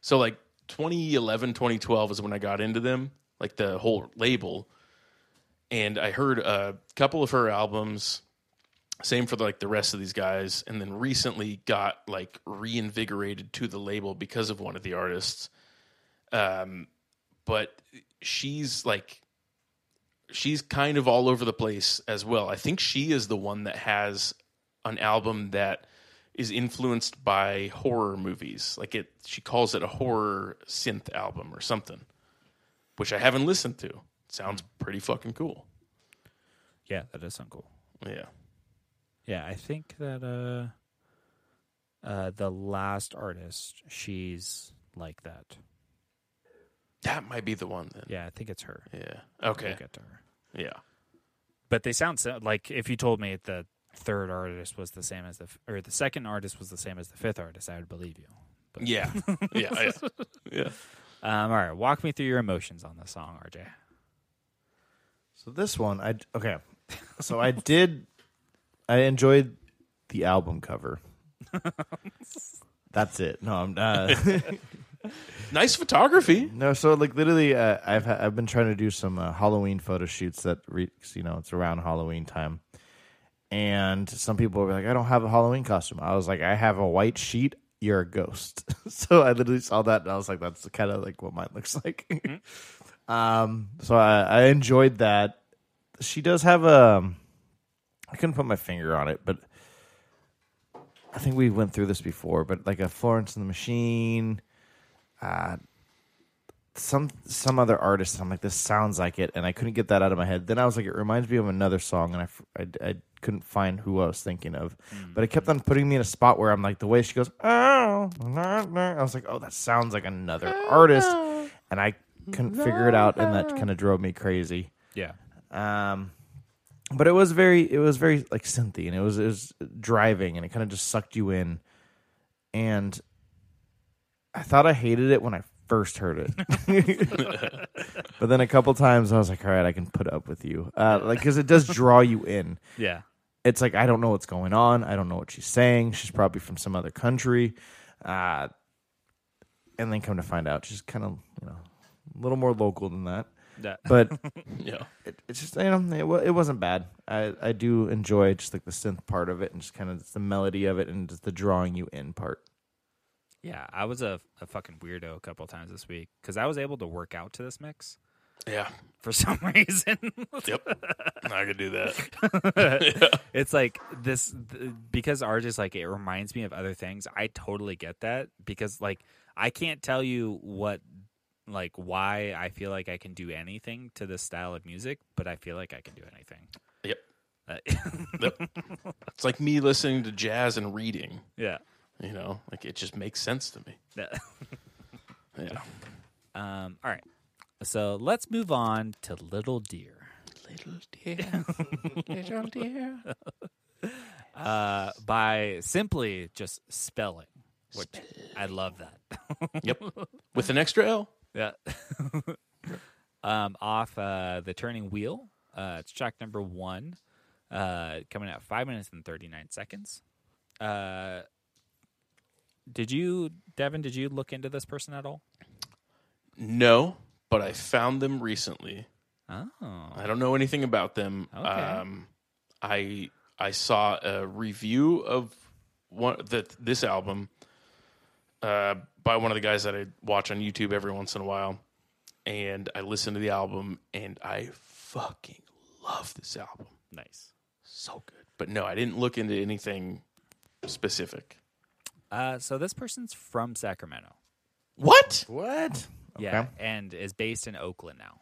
B: So, like 2011, 2012 is when I got into them, like the whole label. And I heard a couple of her albums same for like the rest of these guys and then recently got like reinvigorated to the label because of one of the artists um but she's like she's kind of all over the place as well i think she is the one that has an album that is influenced by horror movies like it she calls it a horror synth album or something which i haven't listened to sounds pretty fucking cool
A: Yeah, that does sound cool.
B: yeah
A: Yeah, I think that uh uh the last artist, she's like that.
B: that might be the one then
A: Yeah, I think it's her.
B: Yeah.
A: We'll
B: Okay.
A: get to her.
B: Yeah.
A: But they sound so, like if you told me the third artist was the same as the f- or the second artist was the same as the fifth artist, I would believe you. But,
B: Yeah. Yeah. Yeah. yeah.
A: Um all right, walk me through your emotions on the song, RJ.
C: So this one, I okay. So I did. I enjoyed the album cover. That's it. No, I'm uh, not.
B: Nice photography.
C: No, so like literally, uh, I've ha- I've been trying to do some uh, Halloween photo shoots that re- 'cause, you know it's around Halloween time, and some people were like, "I don't have a Halloween costume." I was like, "I have a white sheet. You're a ghost." so I literally saw that, and I was like, "That's kind of like what mine looks like." um, so I, I enjoyed that. She does have a. I couldn't put my finger on it, but I think we went through this before. But like a Florence and the Machine some some other artist. I'm like, this sounds like it, and I couldn't get that out of my head. Then I was like, it reminds me of another song, and I f- I, I couldn't find who I was thinking of, but it kept on putting me in a spot where I'm like, the way she goes, oh, nah, nah," I was like, oh, that sounds like another artist, and I couldn't figure it out, and that kind of drove me crazy.
A: Yeah.
C: Um, but it was very, it was very like synthy, and it was it was driving, and it kind of just sucked you in. And I thought I hated it when I first heard it, but then a couple times I was like, all right, I can put up with you, uh, like because it does draw you in.
A: Yeah.
C: It's like I don't know what's going on. I don't know what she's saying. She's probably from some other country. Uh, and then come to find out, she's kind of you know a little more local than that.
A: That.
C: But
B: Yeah.
C: it, it's just you know it, wa- it wasn't bad. I I do enjoy just like the synth part of it and just kind of the melody of it and just the drawing you in part.
A: Yeah, I was a, a fucking weirdo a couple times this week because I was able to work out to this mix
B: Yeah.
A: for some reason.
B: Yep. I could do that.
A: it's like this th- because ours is like it reminds me of other things. I totally get that because like I can't tell you what like why I feel like I can do anything to this style of music, but I feel like I can do anything.
B: Yep.
A: Uh,
B: It's like me listening to jazz and reading.
A: yeah.
B: You know, like it just makes sense to me.
A: That-
B: Yeah.
A: Um, all right. So let's move on to Little Deer.
B: Little dear, little dear.
A: uh, by simply just spelling, which I love that.
B: Yep. With an extra L.
A: yeah. um, off uh, the turning wheel, uh, it's track number one, uh, coming out five minutes and thirty nine seconds. Uh, did you, Devin? Did you look into this person at all?
B: No, but I found them recently.
A: Oh,
B: I don't know anything about them.
A: Okay.
B: Um, I I saw a review of one the, this album uh, by one of the guys that I watch on YouTube every once in a while, and I listened to the album and I fucking love this album.
A: nice.
B: So good. But no, I didn't look into anything specific.
A: Uh, so this person's from Sacramento,
B: What?
C: What?
A: yeah, and is based in Oakland now,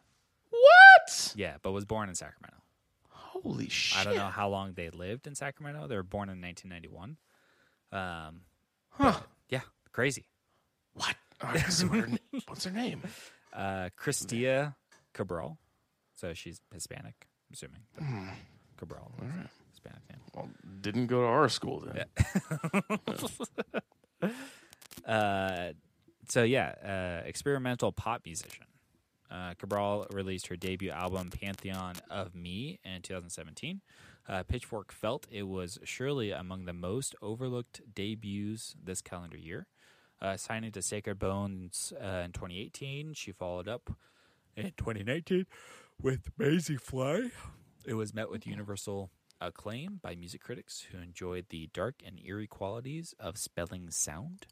B: What?
A: yeah, but was born in Sacramento.
B: Holy shit!
A: I don't know how long they lived in Sacramento. They were born in 1991. Um,
B: Huh?
A: yeah, crazy.
B: What? All right, so her na- what's her name?
A: Uh, Christia Cabral. So she's Hispanic, I'm assuming. but Cabral. is a Hispanic name.
B: Well, didn't go to our school then.
A: Uh, so yeah, uh, experimental pop musician. Uh, Cabral released her debut album Pantheon of Me in 2017. Uh, Pitchfork felt it was surely among the most overlooked debuts this calendar year. Uh, signing to Sacred Bones uh, in 2018, she followed up in 2019 with Maisie Fly. It was met with universal acclaim by music critics who enjoyed the dark and eerie qualities of Spelling Sound.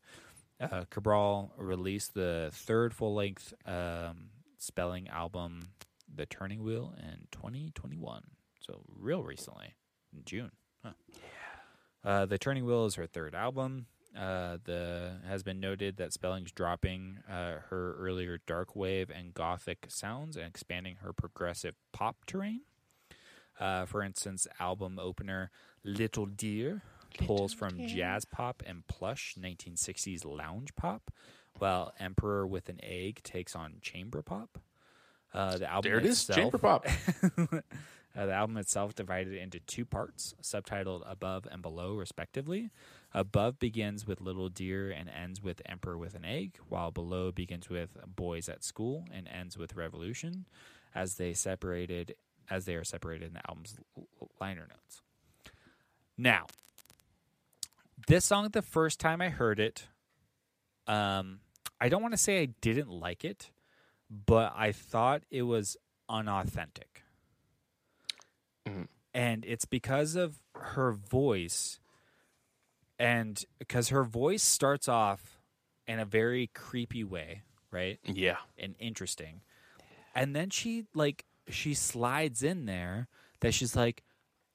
A: Uh, Cabral released the third full length um, Spelling album, The Turning Wheel, in 2021. So, real recently, in June. Huh. Uh, the Turning Wheel is her third album. Uh, the has been noted that Spelling's dropping uh, her earlier dark wave and gothic sounds and expanding her progressive pop terrain. Uh, for instance, album opener Little Deer pulls from jazz pop and plush 1960s lounge pop, while Emperor with an Egg takes on chamber pop. Uh, the album
B: There it is,
A: itself,
B: Chamber Pop.
A: uh, the album itself divided into two parts, subtitled Above and Below, respectively. Above begins with Little Deer and ends with Emperor with an Egg, while Below begins with Boys at School and ends with Revolution, as they separated as they are separated in the album's l- l- liner notes. Now, this song, the first time I heard it, um, I don't want to say I didn't like it, but I thought it was unauthentic Mm-hmm. and it's because of her voice and because her voice starts off in a very creepy way right
B: Yeah.
A: and interesting and then she like she slides in there that she's like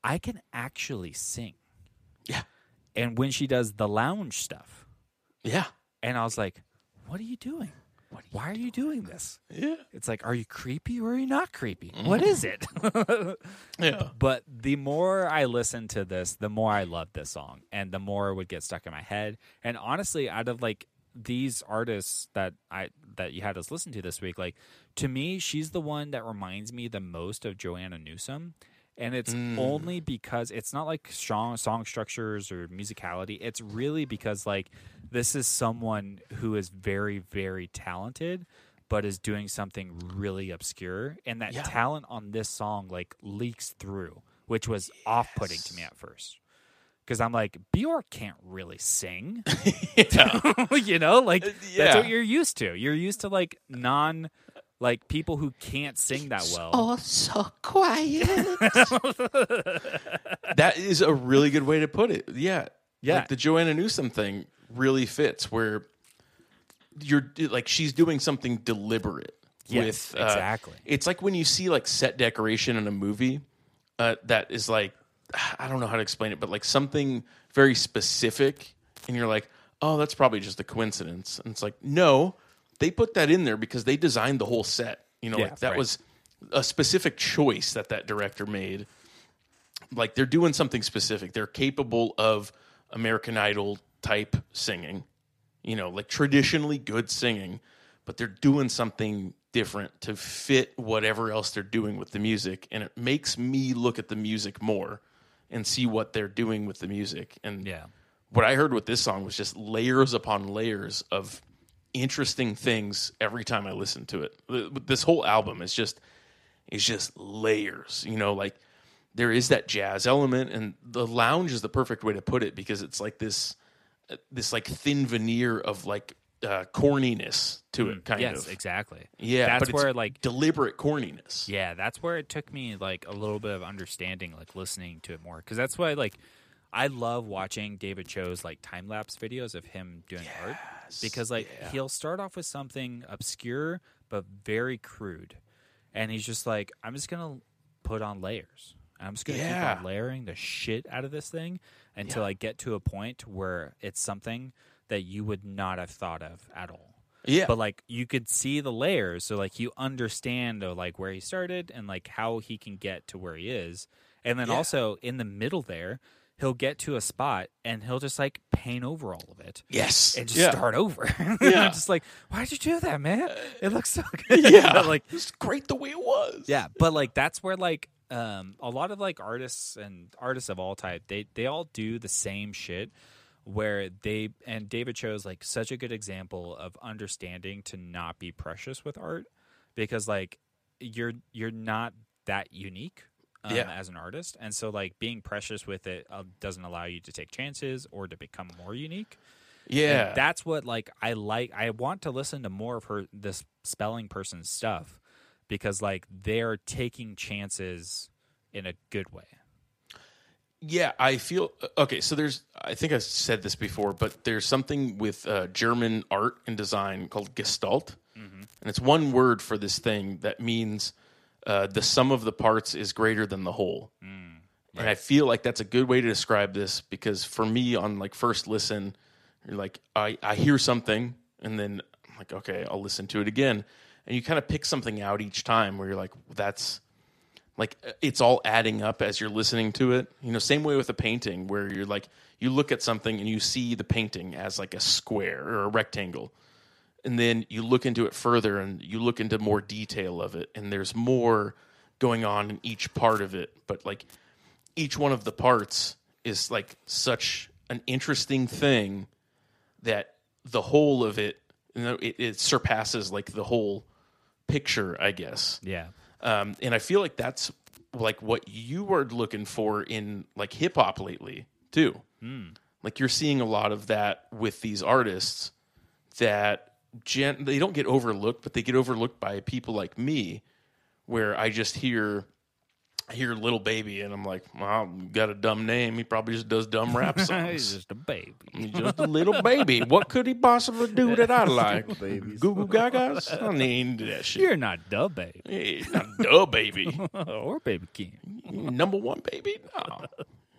A: i can actually sing
B: Yeah.
A: and when she does the lounge stuff
B: Yeah.
A: and i was like what are you doing why are you doing this?
B: Yeah.
A: It's like, are you creepy or are you not creepy? What is it?
B: Yeah.
A: but the more I listened to this, the more I loved this song and the more it would get stuck in my head. And honestly, out of like these artists that I that you had us listen to this week, like to me, she's the one that reminds me the most of Joanna Newsom. And it's only because it's not like strong song structures or musicality. It's really because like this is someone who is very, very talented, but is doing something really obscure. And that
B: Yeah.
A: talent on this song like leaks through, which was off putting to me at first. Because I'm like, Bjork can't really sing. you know, like that's
B: Uh, yeah.
A: what you're used to. You're used to like non like people who can't sing that well.
D: Oh,
B: so quiet. that is a really good way to put it. Yeah.
A: Yeah.
B: Like the Joanna Newsom thing really fits where you're like she's doing something deliberate
A: Yes,
B: with uh,
A: exactly.
B: It's like when you see like set decoration in a movie uh, that is like I don't know how to explain it, but like something very specific, and you're like, oh, that's probably just a coincidence. And it's like, no, they put that in there because they designed the whole set. You know,
A: Yeah,
B: like that
A: right.
B: was a specific choice that that director made. Like they're doing something specific. They're capable of American Idol type singing, you know, like traditionally good singing, but they're doing something different to fit whatever else they're doing with the music. And it makes me look at the music more and see what they're doing with the music. And
A: Yeah.
B: what I heard with this song was just layers upon layers of interesting things every time I listened to it. Th- This whole album is just is just layers, you know, like there is that jazz element and the lounge is the perfect way to put it because it's like this this like thin veneer of like uh, corniness to it kind
A: Mm. Yes,
B: of.
A: exactly.
B: Yeah,
A: that's
B: but it's
A: where like
B: deliberate corniness.
A: yeah, that's where it took me like a little bit of understanding, like listening to it more, because that's why like I love watching David Cho's like time lapse videos of him doing art because like he'll start off with something obscure but very crude, and he's just like, I'm just gonna put on layers. I'm just gonna keep
B: Yeah.
A: on layering the shit out of this thing until I get to a point where it's something that you would not have thought of at all
B: Yeah.
A: but like you could see the layers so like you understand uh, like where he started and like how he can get to where he is and then
B: Yeah.
A: also in the middle there he'll get to a spot and he'll just like paint over all of it
B: yes.
A: and just
B: yeah.
A: start over And
B: Yeah.
A: i'm just like why'd you do that man it looks so good
B: Yeah.
A: like
B: it's great the way it was.
A: yeah, but like that's where like um a lot of like artists and artists of all type they they all do the same shit where they and David chose like such a good example of understanding to not be precious with art because like you're you're not that unique um,
B: Yeah.
A: as an artist and so like being precious with it uh, doesn't allow you to take chances or to become more unique
B: Yeah.
A: and that's what like I like. I want to listen to more of her this spelling person's stuff because like they're taking chances in a good way.
B: Yeah, I feel uh, okay. So there's, I think I said this before, but there's something with uh, German art and design called Gestalt, and it's one word for this thing that means uh, the sum of the parts is greater than the whole. And I feel like that's a good way to describe this because for me, on like first listen, you're like, I, I hear something, and then I'm like, okay, I'll listen to it again, and you kind of pick something out each time where you're like, that's like uh, it's all adding up as you're listening to it you know same way with a painting where you're like you look at something and you see the painting as like a square or a rectangle and then you look into it further and you look into more detail of it and there's more going on in each part of it but like each one of the parts is like such an interesting thing that the whole of it you know it, it surpasses like the whole picture i guess
A: Yeah,
B: um, and I feel like that's like what you were looking for in like hip hop lately too.
A: Hmm.
B: Like you're seeing a lot of that with these artists that gen- they don't get overlooked, but they get overlooked by people like me, where I just hear I hear Little Baby and I'm like, well, got a dumb name. He probably just does dumb rap
A: he's
B: songs.
A: just a baby.
B: He's just a little baby. What could he possibly do that I like?
C: babies.
B: Goo Goo Gaga's? I don't need any of that shit.
A: You're not the baby
B: Hey, not duh, baby.
A: Oh, or baby king.
B: Number one, baby? No.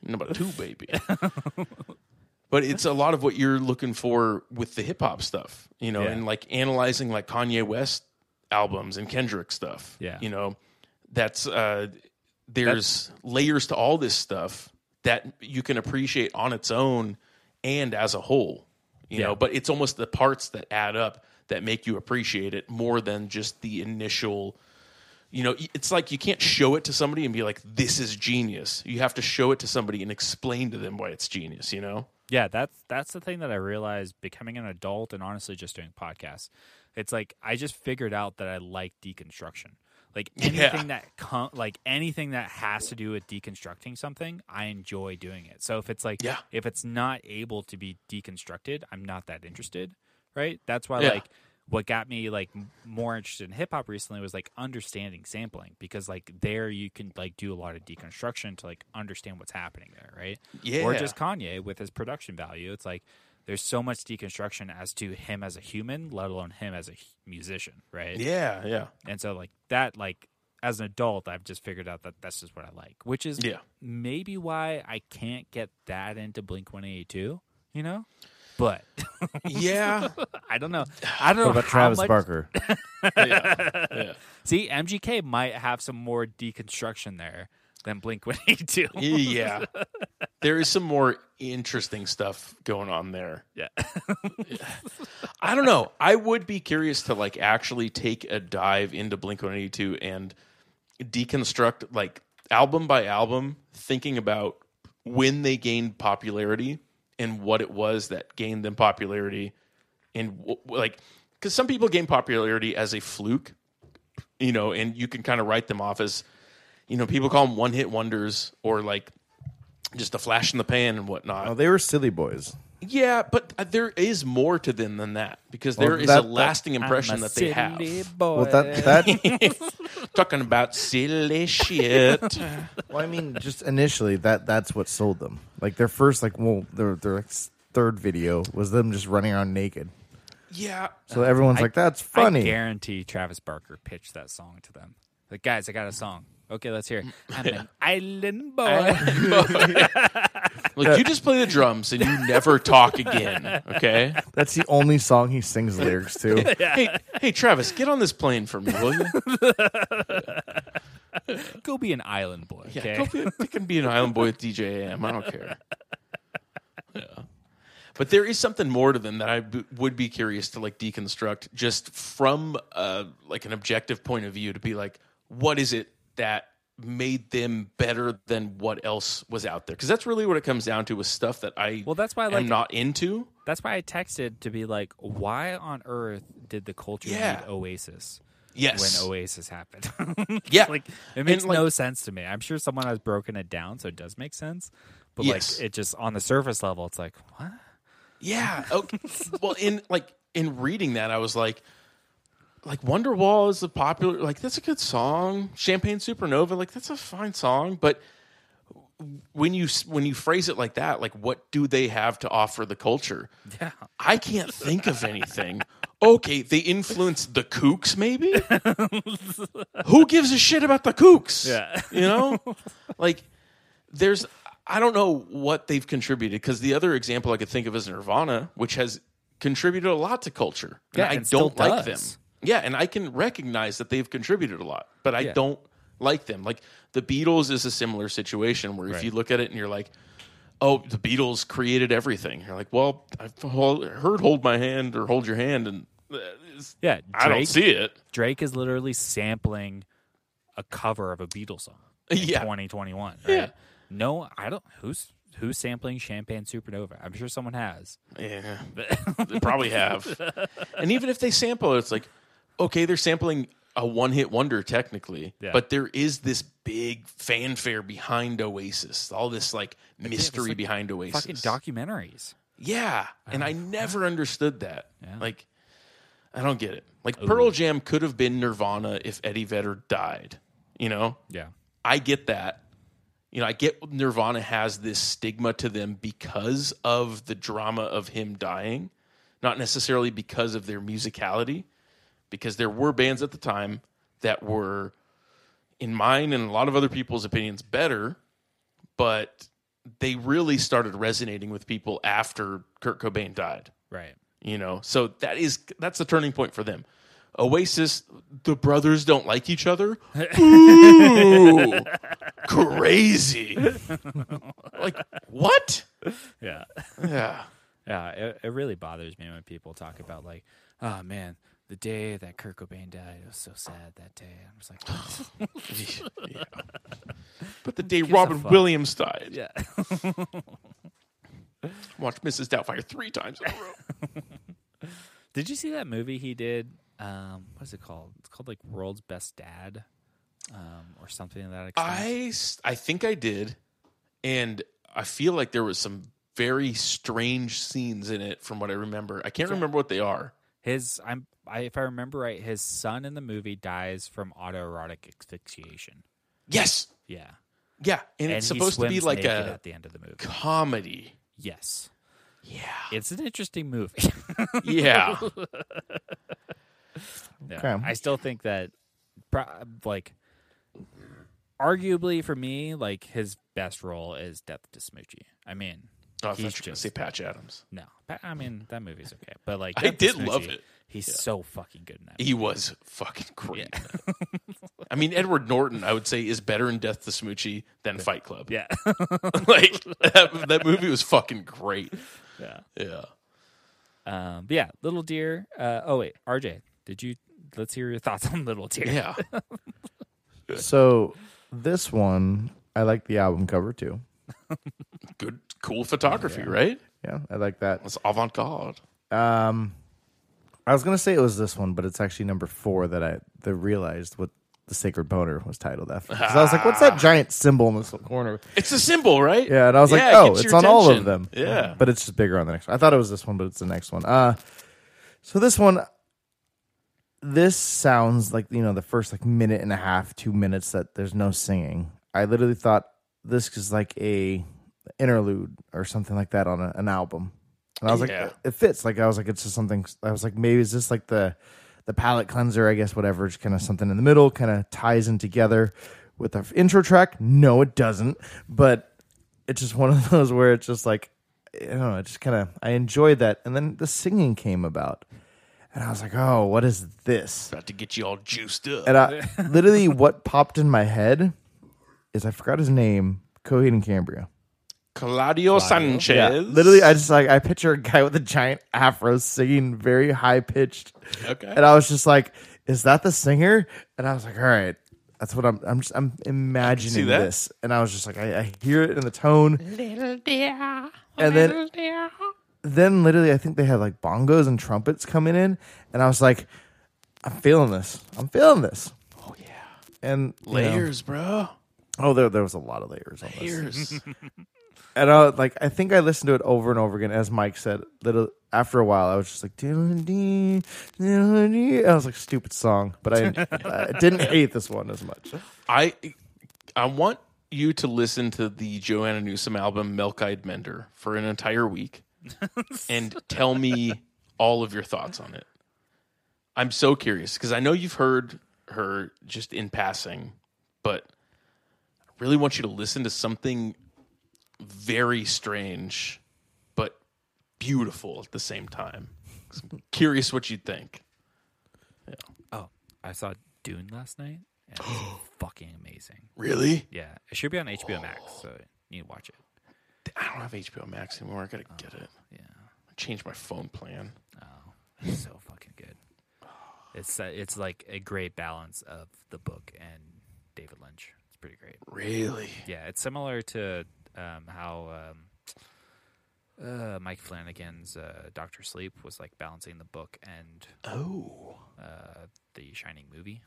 B: Number two, baby. But it's a lot of what you're looking for with the hip hop stuff, you know,
A: Yeah.
B: and like analyzing like Kanye West albums and Kendrick stuff.
A: Yeah.
B: You know, that's uh there's layers to all this stuff that you can appreciate on its own and as a whole. You
A: Yeah.
B: know, but it's almost the parts that add up that make you appreciate it more than just the initial you know it's like you can't show it to somebody and be like this is genius you have to show it to somebody and explain to them why it's genius you know
A: Yeah, that's that's the thing that I realized becoming an adult and honestly just doing podcasts. It's like I just figured out that I like deconstruction. Like anything that com- like anything that has to do with deconstructing something, I enjoy doing it. So if it's like
B: Yeah.
A: if it's not able to be deconstructed, I'm not that interested, right? That's why
B: Yeah.
A: like what got me like m- more interested in hip hop recently was like understanding sampling because like there you can like do a lot of deconstruction to like understand what's happening there, right? Or
B: Yeah.
A: just Kanye with his production value. It's like there's so much deconstruction as to him as a human, let alone him as a h- musician, right?
B: yeah yeah
A: And so like that like as an adult, I've just figured out that that's just what I like, which is
B: Yeah.
A: maybe why I can't get that into Blink 182, you know? But
B: yeah
A: I don't know. I don't know
C: What about
A: how
C: Travis
A: much-
C: Barker?
B: yeah, yeah.
A: See, MGK might have some more deconstruction there than Blink 182.
B: yeah there is some more interesting stuff going on there
A: Yeah.
B: i don't know i would be curious to like actually take a dive into blink 182 and deconstruct like album by album thinking about when they gained popularity and what it was that gained them popularity and w- w- like because some people gain popularity as a fluke you know and you can kind of write them off as you know people call them one hit wonders or like just a flash in the pan and whatnot
C: Oh, they were silly boys.
B: yeah but uh, there is more to them than that because there is
C: that-
B: a
C: that-
B: lasting impression
A: I'm a
B: that they have
A: silly boy.
C: Well, that that.
B: talking about silly shit
C: well, I mean, just initially, that that's what sold them. Like their first, like, well, their their like, s- third video was them just running around naked.
B: yeah
C: So everyone's like, "That's
A: Uh, I
C: funny."
A: guarantee Travis Barker pitched that song to them. Like, guys, I got a song. Okay, let's hear it. I'm an island boy.
B: like you just play the drums and you never talk again okay
C: That's the only song he sings lyrics to.
B: hey hey travis get on this plane for me will you
A: go be an island boy.
B: Yeah,
A: Okay.
B: go be, you can be an island boy with DJ AM. I don't care. Yeah, but there is something more to them that I b- would be curious to like deconstruct, just from uh, like an objective point of view, to be like, what is it that made them better than what else was out there? Because that's really what it comes down to, with stuff that I
A: Well, that's why I
B: am
A: like-
B: not into.
A: That's why I texted to be like, why on earth did the culture
B: Yeah.
A: need Oasis
B: Yes,
A: when Oasis happened?
B: yeah,
A: like it makes
B: like-
A: no sense to me. I'm sure someone has broken it down, so it does make sense. But
B: Yes.
A: like, it just on the surface level, it's like, what?
B: Yeah. Okay. well, in like in reading that, I was like, like Wonderwall is a popular, like that's a good song. Champagne Supernova, like that's a fine song. But when you s- when you phrase it like that, like what do they have to offer the culture?
A: Yeah.
B: I can't think of anything. Okay, they influenced the Kooks, maybe. Who gives a shit about the Kooks?
A: Yeah.
B: you know, like there's I don't know what they've contributed because the other example I could think of is Nirvana, which has contributed a lot to culture. And
A: Yeah,
B: I
A: and still
B: don't like them.
A: does.
B: Yeah, and I can recognize that they've contributed a lot, but I
A: Yeah.
B: don't like them. Like the Beatles is a similar situation where if
A: Right.
B: you look at it and you're like, "Oh, the Beatles created everything," you're like, "Well, I've hol- heard "Hold My Hand" or "Hold Your Hand," and uh, it's-
A: Yeah. Drake,
B: I don't see it.
A: Drake is literally sampling a cover of a Beatles song. in
B: Yeah.
A: 2021. Right?
B: Yeah.
A: No, I don't. Who's who's sampling Champagne Supernova? I'm sure someone has.
B: Yeah, they probably have. And even if they sample it, it's like, okay, they're sampling a one hit wonder technically,
A: Yeah.
B: but there is this big fanfare behind Oasis, all this like mystery
A: like
B: behind Oasis.
A: Fucking documentaries.
B: yeah. And I never understood that.
A: Yeah.
B: Like, I don't get it. Like, Pearl Jam could have been Nirvana if Eddie Vedder died, you know?
A: Yeah.
B: I get that. You know, I get Nirvana has this stigma to them because of the drama of him dying, not necessarily because of their musicality, because there were bands at the time that were, in mine and a lot of other people's opinions, better, but they really started resonating with people after Kurt Cobain died.
A: Right.
B: You know, so that is that's the turning point for them. Oasis, the brothers don't like each other. Ooh, crazy! like what?
A: Yeah.
B: Yeah,
A: Yeah. It, it really bothers me when people talk about like, oh man, the day that Kurt Cobain died, it was so sad that day. I'm just like,
B: Yeah. But the day
A: a
B: Robin
A: fuck?
B: Williams died,
A: yeah.
B: watched Mrs. Doubtfire three times in a row.
A: Did you see that movie he did? Um, what's it called? It's called like World's Best Dad, um, or something to that extent.
B: I s- I think I did, and I feel like there was some very strange scenes in it from what I remember. I can't remember what they are.
A: His, I'm, I, if I remember right, his son in the movie dies from autoerotic asphyxiation.
B: Yes,
A: Yeah,
B: yeah, and,
A: and
B: it's
A: he
B: supposed to be
A: swims
B: like
A: naked
B: a
A: at the end of the movie.
B: comedy.
A: Yes,
B: Yeah,
A: it's an interesting movie.
B: yeah,
A: Yeah.
C: Okay.
A: I still think that, pro- like, arguably for me, like his best role is Death to Smoochie. I mean,
B: Oh, I thought you were
A: He's
B: gonna
A: just-
B: say Patch Adams.
A: no, but, I mean that movie's okay, but like
B: I
A: Death to
B: did love
A: Smoochie,
B: it.
A: He's so fucking good in that.
B: He was fucking great. I mean, Edward Norton, I would say, is better in Death to Smoochie than Fight Club.
A: Yeah,
B: like that, that movie was fucking great.
A: yeah.
B: Yeah.
A: Um, but yeah, Little Deer. Uh, oh wait, RJ, did you? Let's hear your thoughts on Little Deer.
B: Yeah.
C: So this one, I like the album cover too.
B: Good, cool photography, right?
C: Yeah, I like that.
B: It's avant garde.
C: Um, I was gonna say it was this one, but it's actually number four that I that realized what the sacred boner was titled after. 'Cause I was like, "What's that giant symbol in this little corner?"
B: It's a symbol, right?
C: Yeah, and I was like,
B: Yeah, it
C: "Oh,
B: gets
C: it's
B: your
C: on all of
B: attention.
C: them."
B: Yeah.
C: but it's just bigger on the next one. I thought it was this one, but it's the next one. Uh, so this one, this sounds like you know the first like minute and a half, two minutes that there's no singing. I literally thought this is like a interlude or something like that on a, an album, and I was
B: Yeah.
C: like, it fits. Like I was like, it's just something. I was like, maybe is this like the the palate cleanser? I guess whatever. It's kind of something in the middle, kind of ties in together with the intro track. No, it doesn't, but it's just one of those where it's just like I don't know, it just kind of I enjoyed that, and then the singing came about, and I was like, oh, what is this?
B: About to get you all juiced up.
C: And I literally what popped in my head is I forgot his name, Coheed and Cambria.
B: Claudio Sanchez.
C: literally, I just like I picture a guy with a giant afro singing very high pitched,
B: Okay.
C: and I was just like, is that the singer? And I was like, all right. That's what I'm. I'm just. I'm imagining
B: that.
C: this, and I was just like, I, I hear it in the tone,
D: Little dear,
C: and then
D: little dear.
C: then literally I think they had like bongos and trumpets coming in, and I was like, I'm feeling this. I'm feeling this. Oh yeah. And you know-
B: Layers, bro.
C: oh, there there was a lot of layers on this.
B: Layers.
C: And I was, like I think I listened to it over and over again, as Mike said. Little after a while, I was just like, "Diddle-dee, diddle-dee." I was like, stupid song, but I, I didn't hate this one as much.
B: I I want you to listen to the Joanna Newsom album Milk Eyed Mender for an entire week and tell me all of your thoughts on it. I'm so curious because I know you've heard her just in passing, but I really want you to listen to something very strange but beautiful at the same time. 'Cause I'm curious what you'd think.
A: Oh, I saw Dune last night. And it was fucking amazing.
B: Really?
A: Yeah, it should be on HBO Max, so you need to watch it.
B: I don't have HBO Max anymore. I gotta get it.
A: Yeah.
B: Change my phone plan.
A: It's so fucking good. It's uh, it's like a great balance of the book and David Lynch. It's pretty great.
B: Really?
A: Yeah, it's similar to um, how um, uh, Mike Flanagan's uh, Doctor Sleep was like balancing the book and
B: Oh.
A: uh, the Shining movie.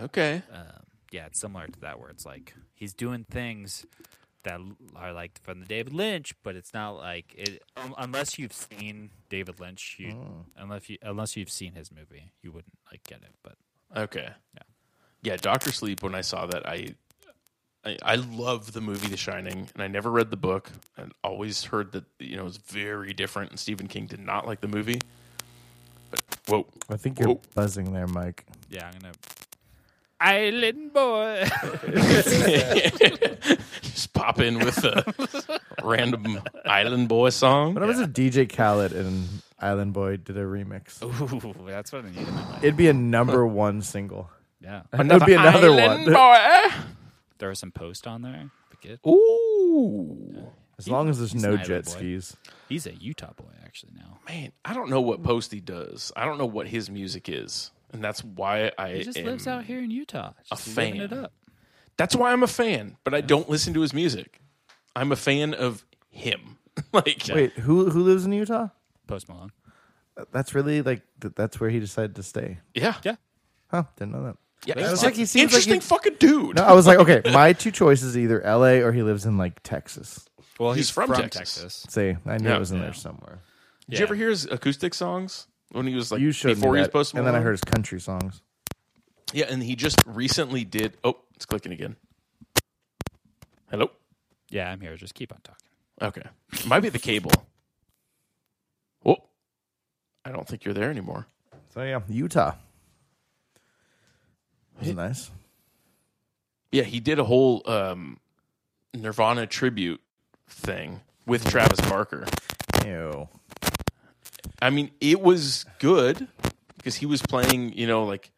B: Okay.
A: Um, yeah, it's similar to that where it's like he's doing things that l- are like from the David Lynch, but it's not like it um, unless you've seen David Lynch. You unless you unless you've seen his movie, you wouldn't like get it. But
B: Okay. Yeah. Yeah, Doctor Sleep when I saw that I I, I love the movie The Shining, and I never read the book, and always heard that you know it was very different, and Stephen King did not like the movie. But whoa,
C: I think you're
B: Whoa.
C: buzzing there, Mike.
A: yeah, I'm gonna Island boy.
B: Just pop in with a random Island Boy song.
C: But I was if DJ Khaled and Island Boy did a remix.
A: Ooh, that's what I need in my life.
C: It'd be a number one single.
A: Yeah.
C: It would be another
B: Island
C: one.
A: There was some post on there. But good.
B: Boy. Ooh.
C: As long as there's
A: He's
C: no
A: an Island
C: jet
A: Boy.
C: skis.
A: He's a Utah boy actually now.
B: Man, I don't know what Posty does. I don't know what his music is. And that's why I
A: He just
B: am-
A: lives out here in Utah. Just living it
B: fan.
A: up.
B: That's why I'm a fan, but I don't listen to his music. I'm a fan of him. like
C: Wait, who who lives in Utah?
A: Post Malone.
C: Uh, That's really like th- that's where he decided to stay.
B: yeah.
A: Yeah.
C: Huh? Didn't know that.
B: Yeah.
C: It's
B: It's
C: like he seems like
B: interesting
C: he-
B: fucking dude.
C: No, I was like, okay, my two choices either L.A. or he lives in like Texas.
A: Well,
B: He's
A: he's,
B: from
A: from,
B: Texas.
A: Texas.
C: See, I knew
B: Yeah.
C: it was in there somewhere.
B: Did you ever hear his acoustic songs when he was like
C: You showed
B: before
C: me
B: he
C: that,
B: was Post
C: and then I
B: Malone?
C: heard his country songs.
B: Yeah, and he just recently did. Oh, it's clicking again. Hello.
A: Yeah, I'm here. Just keep on talking.
B: Okay, might be the cable. Whoa, I don't think you're there anymore.
C: So yeah, Utah. That was nice.
B: Yeah, he did a whole um, Nirvana tribute thing with Travis Barker.
C: Ew.
B: I mean, it was good because he was playing, you know, like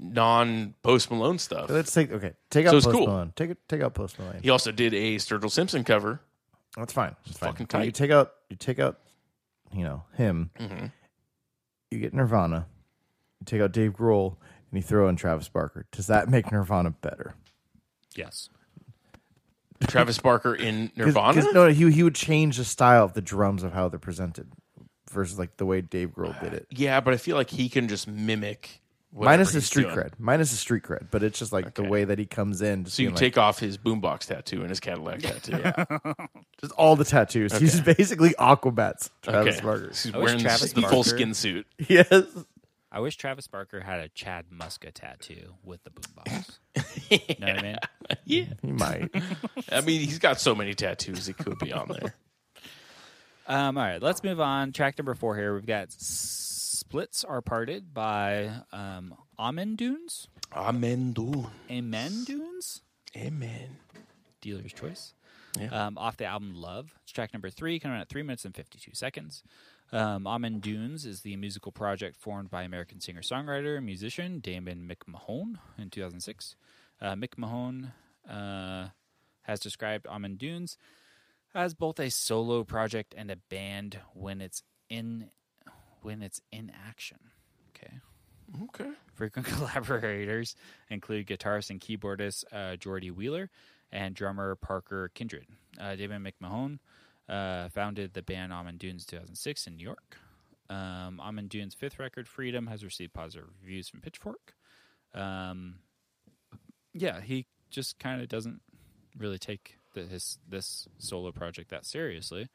B: non Post Malone stuff.
C: But let's take okay. Take out
B: So it's
C: Post
B: cool.
C: Malone. Take it. Take out Post Malone.
B: He also did a Sturgill Simpson cover.
C: That's fine. That's fine.
B: fucking
C: When You
B: tight. Mm-hmm.
C: take out. You take out. You know him. You get Nirvana. You take out Dave Grohl, and you throw in Travis Barker. Does that make Nirvana better?
A: Yes.
B: Travis Barker in
C: 'Cause- 'cause,
B: Nirvana.
C: no, he he would change the style of the drums of how they're presented, versus like the way Dave Grohl did it.
B: Yeah, but I feel like he can just mimic. whatever
C: Minus his
B: he's
C: street
B: doing.
C: cred. Minus his street cred. But it's just like the way that he comes in. Just
B: So you
C: being like-
B: take off his boombox tattoo and his Cadillac tattoo. yeah.
C: just all the tattoos. He's basically Aquabats. Travis
B: Okay.
C: Barker.
B: He's
A: I wish
B: wearing
A: Travis
B: the full
A: Barker-
B: skin suit.
C: Yes.
A: I wish Travis Barker had a Chad Muska tattoo with the boombox. You know what I mean?
B: Yeah.
C: He might.
B: I mean, he's got so many tattoos it could be on there.
A: Um, all right, let's move on. Track number four here. We've got Splits Are Parted by um, Amen Dunes.
B: Amen. dude.
A: Amen Dunes?
B: Amen.
A: dealer's choice.
B: Yeah.
A: Um, off the album Love, it's track number three, coming out at three minutes and 52 seconds. Um, Amen Dunes is the musical project formed by American singer songwriter and musician Damon McMahon in 2006. Uh, McMahon uh, has described Amen Dunes as both a solo project and a band when it's in when it's in action. Okay.
B: Okay.
A: Frequent collaborators include guitarist and keyboardist uh, Jordy Wheeler and drummer Parker Kindred. Uh, David McMahon uh, founded the band Almond Dunes in 2006 in New York. Um, Almond Dunes' fifth record, Freedom, has received positive reviews from Pitchfork. Um, yeah, he just kind of doesn't really take the, his this solo project that seriously.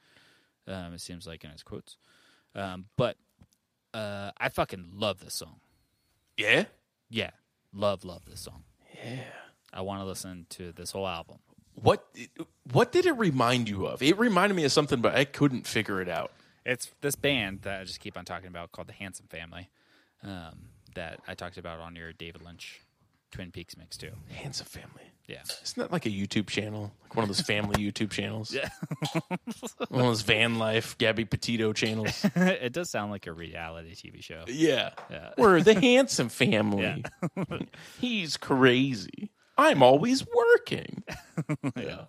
A: Um, it seems like in his quotes, um, but uh, I fucking love this song
B: Yeah.
A: yeah, love, love this song. Yeah. I want to listen to this whole album.
B: What What did it remind you of? It reminded me of something, but I couldn't figure it out.
A: It's this band that I just keep on talking about called the Handsome Family um, that I talked about on your David Lynch Twin Peaks mix too.
B: Handsome family.
A: Yeah.
B: Isn't that like a YouTube channel? Like one of those family YouTube channels?
A: Yeah.
B: One of those van life, Gabby Petito channels.
A: it does sound like a reality TV show.
B: Yeah. We're the handsome family. He's crazy. I'm always working. yeah.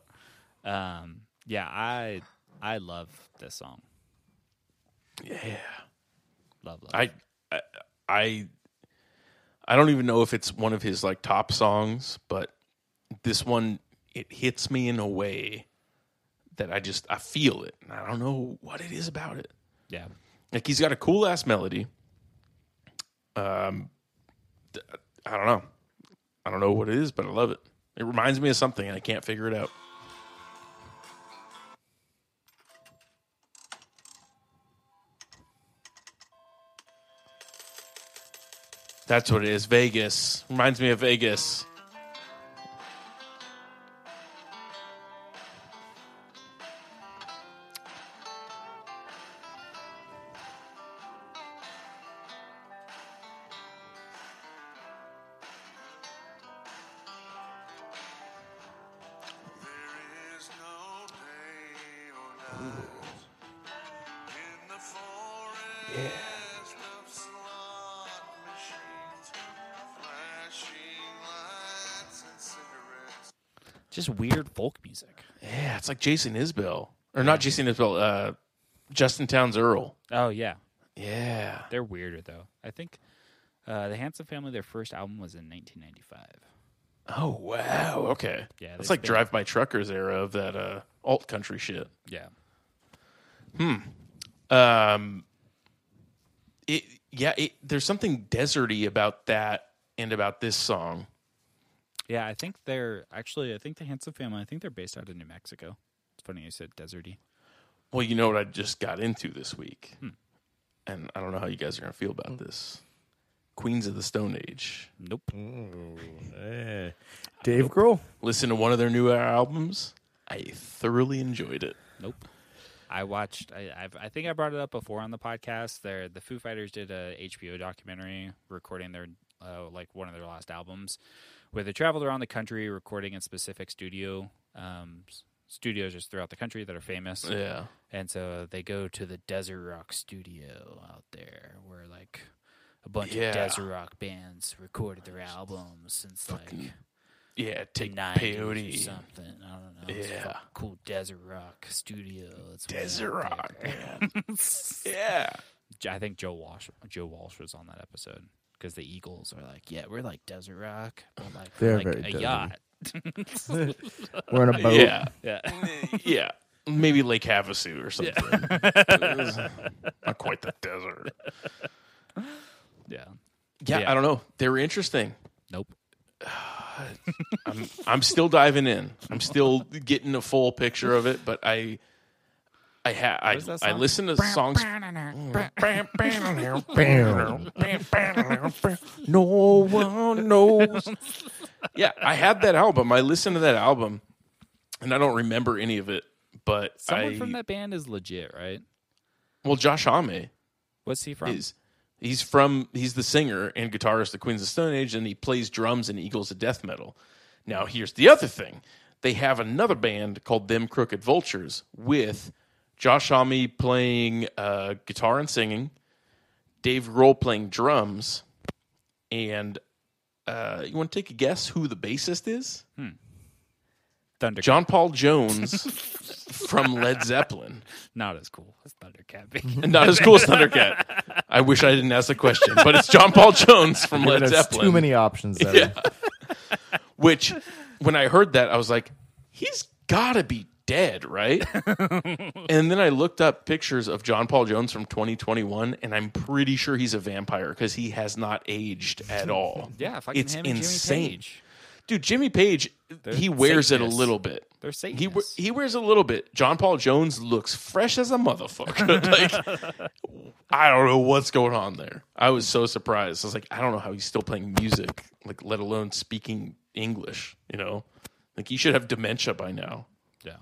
A: Um, yeah, I I love this song.
B: Yeah.
A: Love, love.
B: I I- I I don't even know if it's one of his like top songs, but this one it hits me in a way that I just I feel it. And I don't know what it is about it.
A: yeah.
B: Like he's got a cool ass melody. Um, th- I don't know. I don't know what it is, but I love it. It reminds me of something, and I can't figure it out. That's what it is. Vegas reminds me of Vegas.
A: Just weird folk music.
B: Yeah, it's like Jason Isbell. Or not Jason Isbell, uh, Justin Towns Earl.
A: Oh yeah,
B: Yeah.
A: they're weirder though. I think uh, the Hanson Family, their first album was in 1995.
B: Oh wow. Okay.
A: Yeah,
B: That's
A: they
B: like
A: spin-
B: Drive by Truckers era of that uh, alt country shit.
A: Yeah,
B: Um, it yeah. It, there's something deserty about that and about this song.
A: yeah. I think they're actually. I think the Hanson Family. I think they're based out of New Mexico. It's funny you said deserty.
B: Well, you know what I just got into this week,
A: Hmm.
B: and I don't know how you guys are gonna feel about this. Queens of the Stone Age.
A: Nope.
C: Dave Grohl.
B: Listen to one of their newer albums. I thoroughly enjoyed it.
A: Nope. I watched. I, I've, I think I brought it up before on the podcast. There, the Foo Fighters did a HBO documentary recording their uh, like one of their last albums, where they traveled around the country recording in specific studio um, s- studios just throughout the country that are famous.
B: Yeah.
A: And so they go to the Desert Rock Studio out there, where like a bunch
B: Yeah.
A: of Desert Rock bands recorded their albums since like
B: Yeah. Take
A: peyote or
B: peyote.
A: something. I don't know. It's
B: Yeah.
A: cool desert rock studio. It's way
B: Desert
A: out
B: rock.
A: there.
B: Man. yeah.
A: J- I think Joe Walsh Joe Walsh was on that episode because the Eagles are like, yeah, we're like desert rock, but like
C: They're
A: like
C: very
A: a
C: desert.
A: yacht.
C: We're in a boat.
B: Yeah.
A: Yeah,
B: yeah. Maybe Lake Havasu or something. It was Not quite the desert.
A: yeah.
B: Yeah,
A: Yeah.
B: I don't know. They were interesting.
A: Nope.
B: I'm I'm still diving in. I'm still getting a full picture of it, but I I ha- I,
A: is that
B: I
A: song?
B: listen to songs.
C: Bam.
B: no one knows. yeah, I had that album. I listened to that album, and I don't remember any of it. But
A: Someone
B: I
A: from that band is legit, right?
B: well, Josh Homme
A: What's he from?
B: is he's from he's the singer and guitarist of Queens of Stone Age, and he plays drums in Eagles of Death Metal. Now, here's the other thing: they have another band called Them Crooked Vultures with Josh Homme playing uh, guitar and singing, Dave Grohl playing drums, and uh, you want to take a guess who the bassist is?
A: Thunder.
B: John Paul Jones from Led Zeppelin.
A: Not as cool as Thundercat. Band.
B: Not as cool as Thundercat. I wish I didn't ask the question, but it's John Paul Jones from Led
C: There's
B: Zeppelin.
C: too many options there.
B: Which, when I heard that, I was like, he's got to be dead, right? and then I looked up pictures of John Paul Jones from 2021, and I'm pretty sure he's a vampire because he has not aged at all.
A: yeah, fucking
B: it's
A: him and
B: insane.
A: Jimmy Page.
B: Dude, Jimmy Page, he wears it a
A: Satanists.
B: little bit.
A: They're
B: He, we-
A: Satanists.
B: he wears a little bit. John Paul Jones looks fresh as a motherfucker. like I don't know what's going on there. I was so surprised. I was like, I don't know how he's still playing music, like let alone speaking English. You know, like he should have dementia by now.
A: yeah.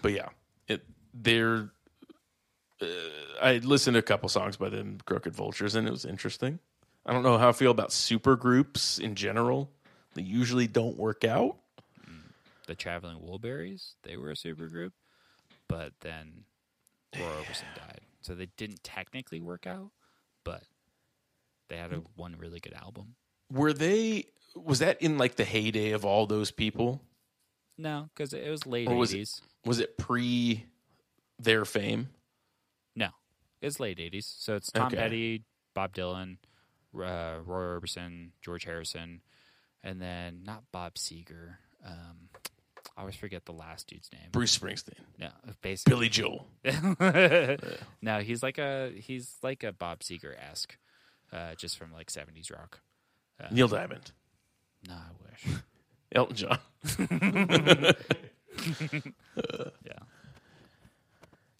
B: But yeah, it they're. Uh, I listened to a couple songs by them, Crooked Vultures, and it was interesting. I don't know how I feel about super groups in general. They usually don't work out.
A: the Traveling Woolberries, they were a supergroup, but then Roy Orbison died. So they didn't technically work out, but they had
B: Hmm.
A: a, one really good album.
B: were they was that in like the heyday of all those people
A: No, because it was late
B: Or was it-
A: 80s.
B: was it pre their fame
A: No, it's late 80s. So it's Tom
B: Okay.
A: Petty, Bob Dylan, uh, Roy Orbison, George Harrison, and then not Bob Seger. Um, I always forget the last dude's name.
B: bruce springsteen
A: No, basically
B: billy joel
A: no, he's like a he's like a Bob Seger esque, uh, just from like seventies rock.
B: neil diamond
A: No, I wish.
B: elton john
A: yeah,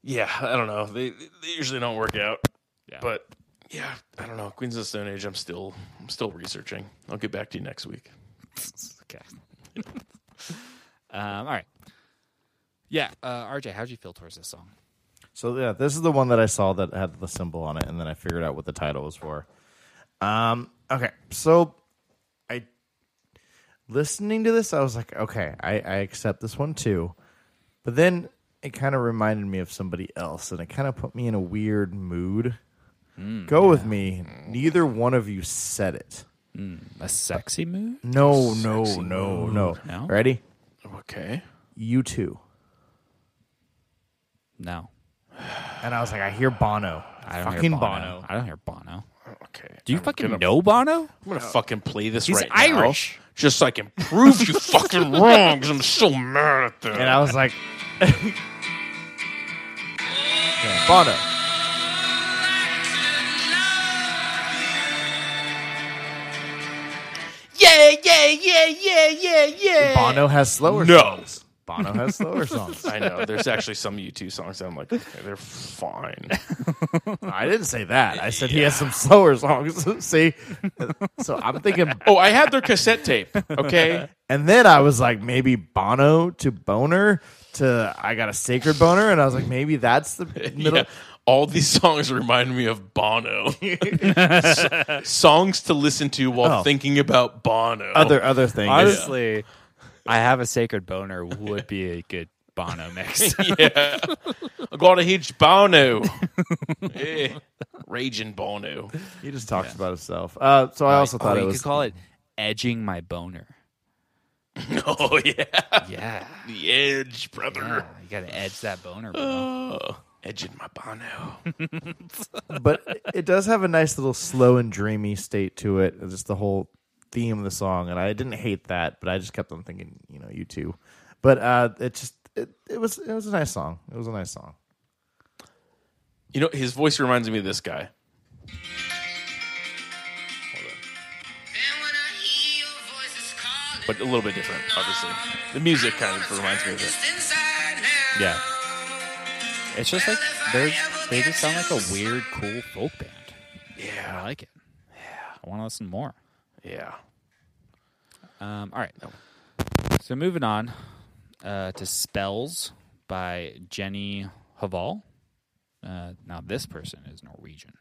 B: yeah i don't know they, they usually don't work out
A: yeah.
B: but yeah i don't know queens of the stone age i'm still i'm still researching i'll get back to you next week
A: okay. um, all right. Yeah, uh, RJ, how'd you feel towards this song?
C: So yeah, this is the one that I saw that had the symbol on it, and then I figured out what the title was for. Um, okay, so I listening to this, I was like, okay, I, I accept this one too. But then it kind of reminded me of somebody else and it kind of put me in a weird mood.
A: Mm,
C: Go with me. Neither one of you said it.
A: A sexy mood?
C: No, no, no, no,
A: No?
C: Ready?
B: Okay.
C: You two.
A: No.
C: And I was like, I hear Bono.
A: I don't
C: Fucking
A: hear Bono.
C: Bono.
A: I don't hear Bono.
B: Okay. Uh,
A: Do you
B: I'm
A: fucking
B: gonna-
A: know Bono?
B: I'm gonna fucking play this
A: He's
B: right
A: Irish.
B: now, just so I can prove you fucking wrong. Because I'm so mad at them.
C: And I was like, Yeah, Bono.
B: yeah, yeah, yeah, yeah, yeah, yeah.
C: Bono has slower
B: No.
C: songs. Bono has slower songs.
B: I know. There's actually some U2 songs that I'm like, okay, they're fine.
C: I didn't say that. I said he has some slower songs. See? So I'm thinking
B: Oh, I had their cassette tape. Okay.
C: And then I was like, maybe Bono to Boner to I got a sacred boner, and I was like, maybe that's the middle.
B: Yeah. All these songs remind me of Bono. S- songs to listen to while
C: Oh.
B: thinking about Bono.
C: Other other thing.
A: Honestly, I have a sacred boner would be a good Bono mix.
B: yeah. I got a huge Bono. eh. Raging Bono.
C: he just talks about himself. Uh, so I also thought
A: oh,
C: it
A: you
C: was
A: could call it edging my boner.
B: Oh, yeah.
A: Yeah.
B: The Edge,
A: yeah
B: brother.
A: you gotta edge that boner. Bro.
B: Oh, edging my Bono.
C: but it does have a nice little slow and dreamy state to it. Just the whole theme of the song, and I didn't hate that, but I just kept on thinking, you know, you too. But uh, it just it, it was it was a nice song. It was a nice song.
B: You know, his voice reminds me of this guy. Hold on. but a little bit different, obviously. The music kind of reminds me of it.
A: Yeah. It's just like they're they just sound like a weird, cool folk band.
B: Yeah,
A: I like it. Yeah. I wanna listen more.
B: yeah.
A: Um, all right. So moving on uh, to Spells by Jenny Haval. Uh, now this person is Norwegian.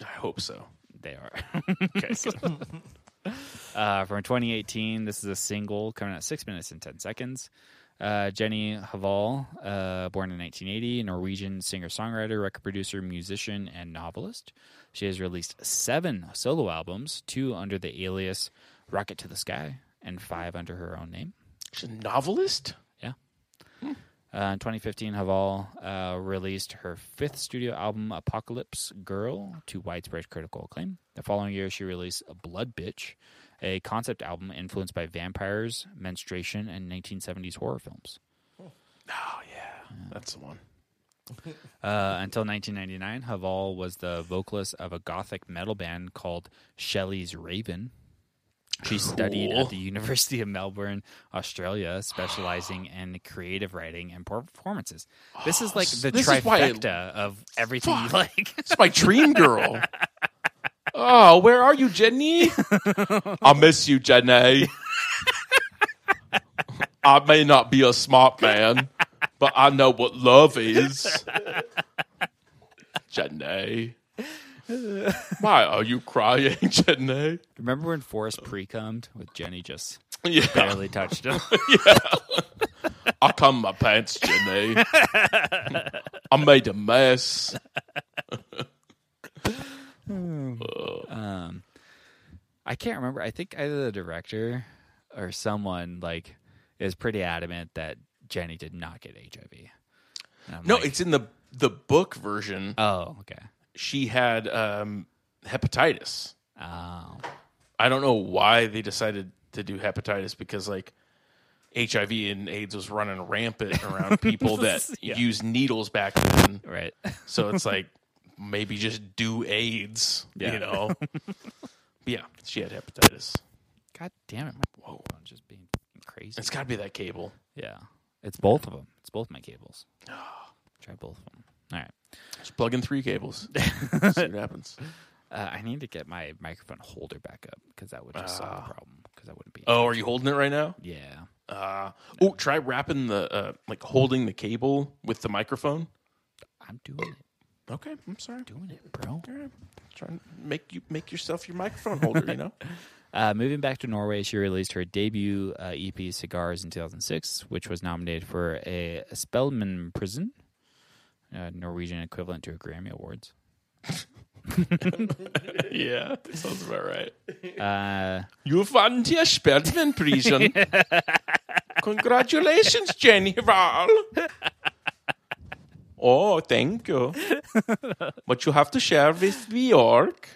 B: I hope so.
A: They are.
B: Okay,
A: uh, from 2018, this is a single coming out six minutes and 10 seconds. Uh, Jenny Haval, uh, born in 1980, Norwegian singer songwriter, record producer, musician, and novelist. She has released seven solo albums, two under the alias Rocket to the Sky, and five under her own name.
B: she's a novelist.
A: Yeah. Uh, in 2015, Haval uh, released her fifth studio album, Apocalypse Girl, to widespread critical acclaim. The following year, she released Blood Bitch, a concept album influenced by vampires, menstruation, and 1970s horror films.
B: Oh yeah, that's the one.
A: Uh, until 1999, Haval was the vocalist of a gothic metal band called Shelley's Raven. She studied
B: Cool.
A: at the University of Melbourne, Australia, specializing in creative writing and performances. This is like the
B: This is why I-
A: trifecta of everything you like.
B: It's my dream girl. oh, where are you, Jenny? I miss you, Jenny. I may not be a smart man, but I know what love is. Jenny. Why are you crying, Jenny?
A: Remember when Forrest pre-cummed with Jenny just
B: Yeah.
A: barely touched him?
B: I come my pants, Jenny. I made a mess.
A: I can't remember. I think either the director or someone like is pretty adamant that Jenny did not get HIV. And I'm
B: No,
A: like,
B: it's in the the book version.
A: oh okay.
B: She had um, hepatitis.
A: Oh,
B: I don't know why they decided to do hepatitis because like HIV and AIDS was running rampant around people that
A: Yeah.
B: used needles back then.
A: right.
B: So it's like maybe just do AIDS,
A: Yeah.
B: you know. But yeah, she had hepatitis.
A: God damn it! My
B: Whoa.
A: phone's just being fucking crazy.
B: It's got to be that cable.
A: Yeah, it's both of them. It's both my cables. Try both of them. All right.
B: Just plug in three cables. See what happens.
A: Uh, I need to get my microphone holder back up because that would just solve the problem. Because I wouldn't be.
B: Oh, are you holding it right now?
A: Yeah.
B: Uh, oh, try wrapping the uh, like holding the cable with the microphone.
A: I'm doing it.
B: Okay, I'm sorry.
A: Doing it, bro.
B: All right. Try and make you make yourself your microphone holder. You know.
A: Uh, moving back to Norway, she released her debut uh, EP, Cigars, in 2006, which was nominated for a Spelman Prison, uh, Norwegian equivalent to a Grammy Awards.
B: yeah, that sounds about right.
A: Uh,
B: You've won your Spelman prison. Congratulations, Jennifer. Oh, thank you. But you have to share with Bjork.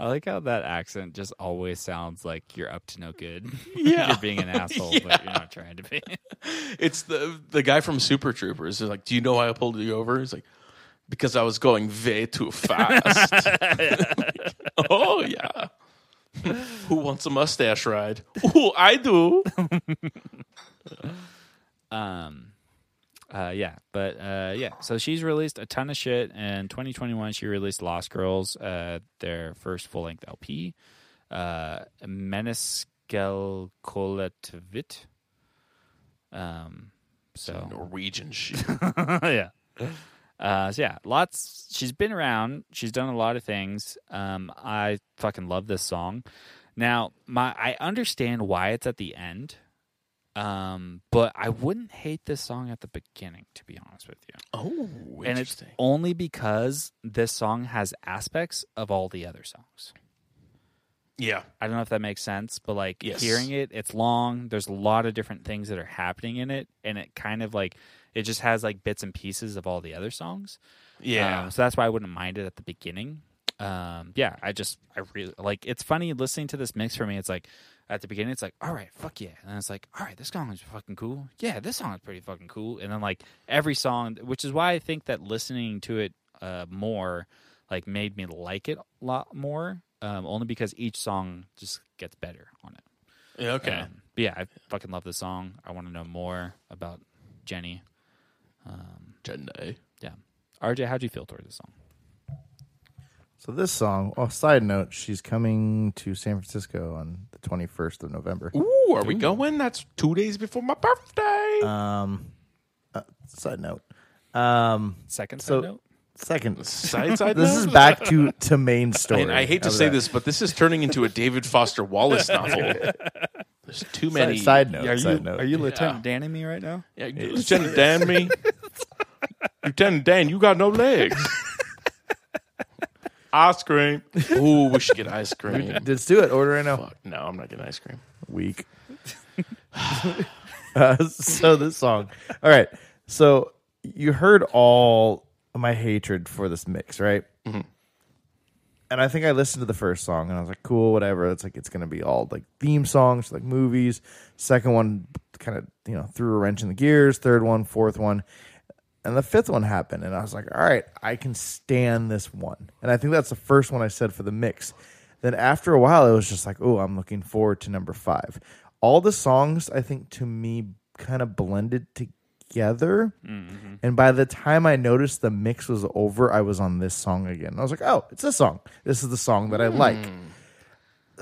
A: I like how that accent just always sounds like you're up to no good.
B: Yeah.
A: you're being an asshole, but you're not trying to be.
B: It's the the guy from Super Troopers. He's like, "Do you know why I pulled you over?" He's like, "Because I was going way too fast." oh yeah. Who wants a mustache ride? Oh, I do.
A: Um, uh, yeah, but uh, yeah. So she's released a ton of shit. In 2021, she released Lost Girls, uh, their first full length LP, uh, Meneskel Koletvit. Um, so
B: Norwegian shit.
A: Oh, yeah. Uh, so yeah, lots. She's been around. She's done a lot of things. Um, I fucking love this song. Now, my I understand why it's at the end, um, but I wouldn't hate this song at the beginning. To be honest with you,
B: Oh,
A: and it's only because this song has aspects of all the other songs.
B: yeah,
A: I don't know if that makes sense, but like
B: Yes.
A: hearing it, it's long. There's a lot of different things that are happening in it, and it kind of like it just has like bits and pieces of all the other songs.
B: yeah.
A: Um, so that's why I wouldn't mind it at the beginning. Um, yeah, I just I really like. It's funny listening to this mix for me. It's like at the beginning, it's like all right, fuck yeah, and then it's like all right, this song is fucking cool. Yeah, this song is pretty fucking cool. And then like every song, which is why I think that listening to it uh, more like made me like it a lot more. Um, only because each song just gets better on it.
B: Yeah, okay.
A: Um, but yeah, I fucking love the song. I want to know more about Jenny.
B: Jedi.
A: Yeah, RJ, how do you feel towards this song?
C: So this song. Oh, side note, she's coming to San Francisco on the 21st of November.
B: Ooh, are we going? That's two days before my birthday.
C: Uh, Side note. Um,
A: Second
C: So-
A: side note.
C: second.
B: side side.
C: This
B: note?
C: is back to to main story.
B: And I hate to
C: How's
B: say
C: that?
B: this, but this is turning into a David Foster Wallace novel. There's too
C: Side-
B: many.
C: Side note.
A: Yeah, are you
C: Oh, side note.
A: are you Lieutenant Danny me right now?
B: Yeah, Lieutenant Dan, me. Lieutenant Dan, you got no legs. ice cream. Ooh, we should get ice cream.
C: Let's do it. Order right now.
B: Fuck, no, I'm not getting ice cream.
C: week. uh, so this song. All right. So you heard all of my hatred for this mix, right? And I think I listened to the first song and I was like, cool, whatever. It's like it's gonna be all like theme songs, like movies. Second one kind of you know threw a wrench in the gears. Third one, fourth one. And the fifth one happened, and I was like, all right, I can stand this one. And I think that's the first one I said for the mix. Then after a while, it was just like, oh, I'm looking forward to number five. All the songs, I think, to me, kind of blended together. And by the time I noticed the mix was over, I was on this song again. I was like, oh, it's this song. This is the song that I like.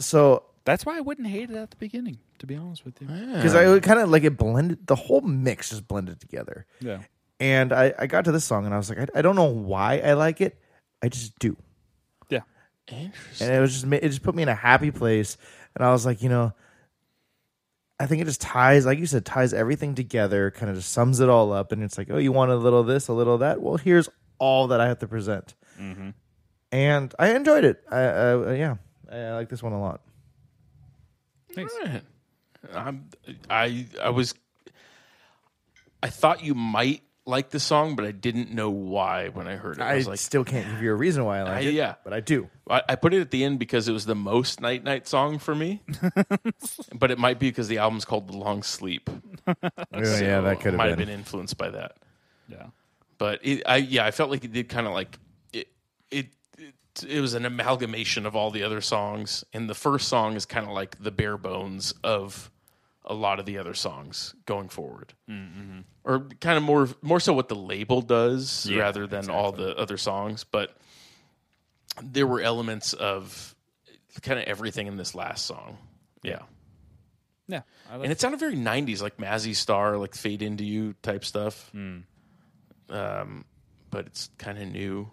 C: So
A: That's why I wouldn't hate it at the beginning, to be honest with you.
C: because I kind of like it blended the whole mix just blended together.
A: Yeah.
C: And I, I got to this song and I was like, I, I don't know why I like it. I just do.
A: Yeah.
C: And it was just ma- it just put me in a happy place. And I was like, you know, I think it just ties, like you said, ties everything together, kind of just sums it all up. And it's like, oh, you want a little of this, a little of that. Well, here's all that I have to present. And I enjoyed it. I, I uh, yeah, I, I like this one a lot.
A: Thanks.
B: Alright. I'm, I I was I thought you might like the song, but I didn't know why when I heard it. I,
C: I,
B: was like,
C: still can't give you a reason why I like
B: I-
C: it.
B: yeah.
C: but I do.
B: I, I put it at the end because it was the most night night song for me. but it might be because the album's called The Long Sleep.
C: Yeah, yeah, that could
B: might
C: have been.
B: been influenced by that.
A: Yeah.
B: But it, I yeah, I felt like it did kind of like it, it it it was an amalgamation of all the other songs, and the first song is kind of like the bare bones of a lot of the other songs going forward, mm-hmm. or kind of more more so what the label does rather than all the other songs. But there were elements of kind of everything in this last song. Yeah.
A: Yeah. I like
B: And it sounded very 90s, like Mazzy Star, like Fade Into You type stuff.
A: Hmm.
B: Um, but
A: Hmm.
B: it's kind of new.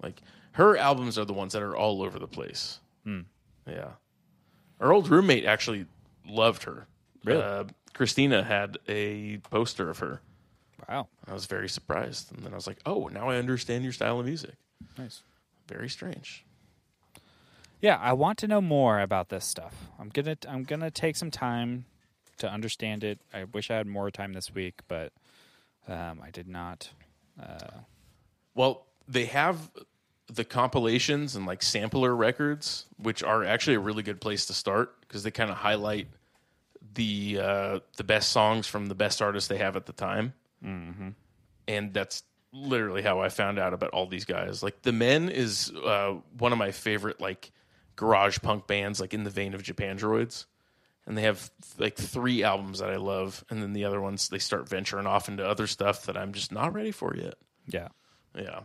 B: Like her albums are the ones that are all over the place. Yeah. Our old roommate actually loved her.
A: Really?
B: Uh, Christina had a poster of her.
A: Wow.
B: I was very surprised. And then I was like, oh, now I understand your style of music.
A: Nice.
B: Very strange.
A: Yeah, I want to know more about this stuff. I'm gonna I'm gonna take some time to understand it. I wish I had more time this week, but um, I did not.
B: Well, they have the compilations and like sampler records, which are actually a really good place to start because they kind of highlight the uh, the best songs from the best artists they have at the time. And that's literally how I found out about all these guys. Like the Men is uh, one of my favorite like garage punk bands, like in the vein of Japan Droids. And they have like three albums that I love, and then the other ones they start venturing off into other stuff that I'm just not ready for yet.
A: Yeah.
B: Yeah.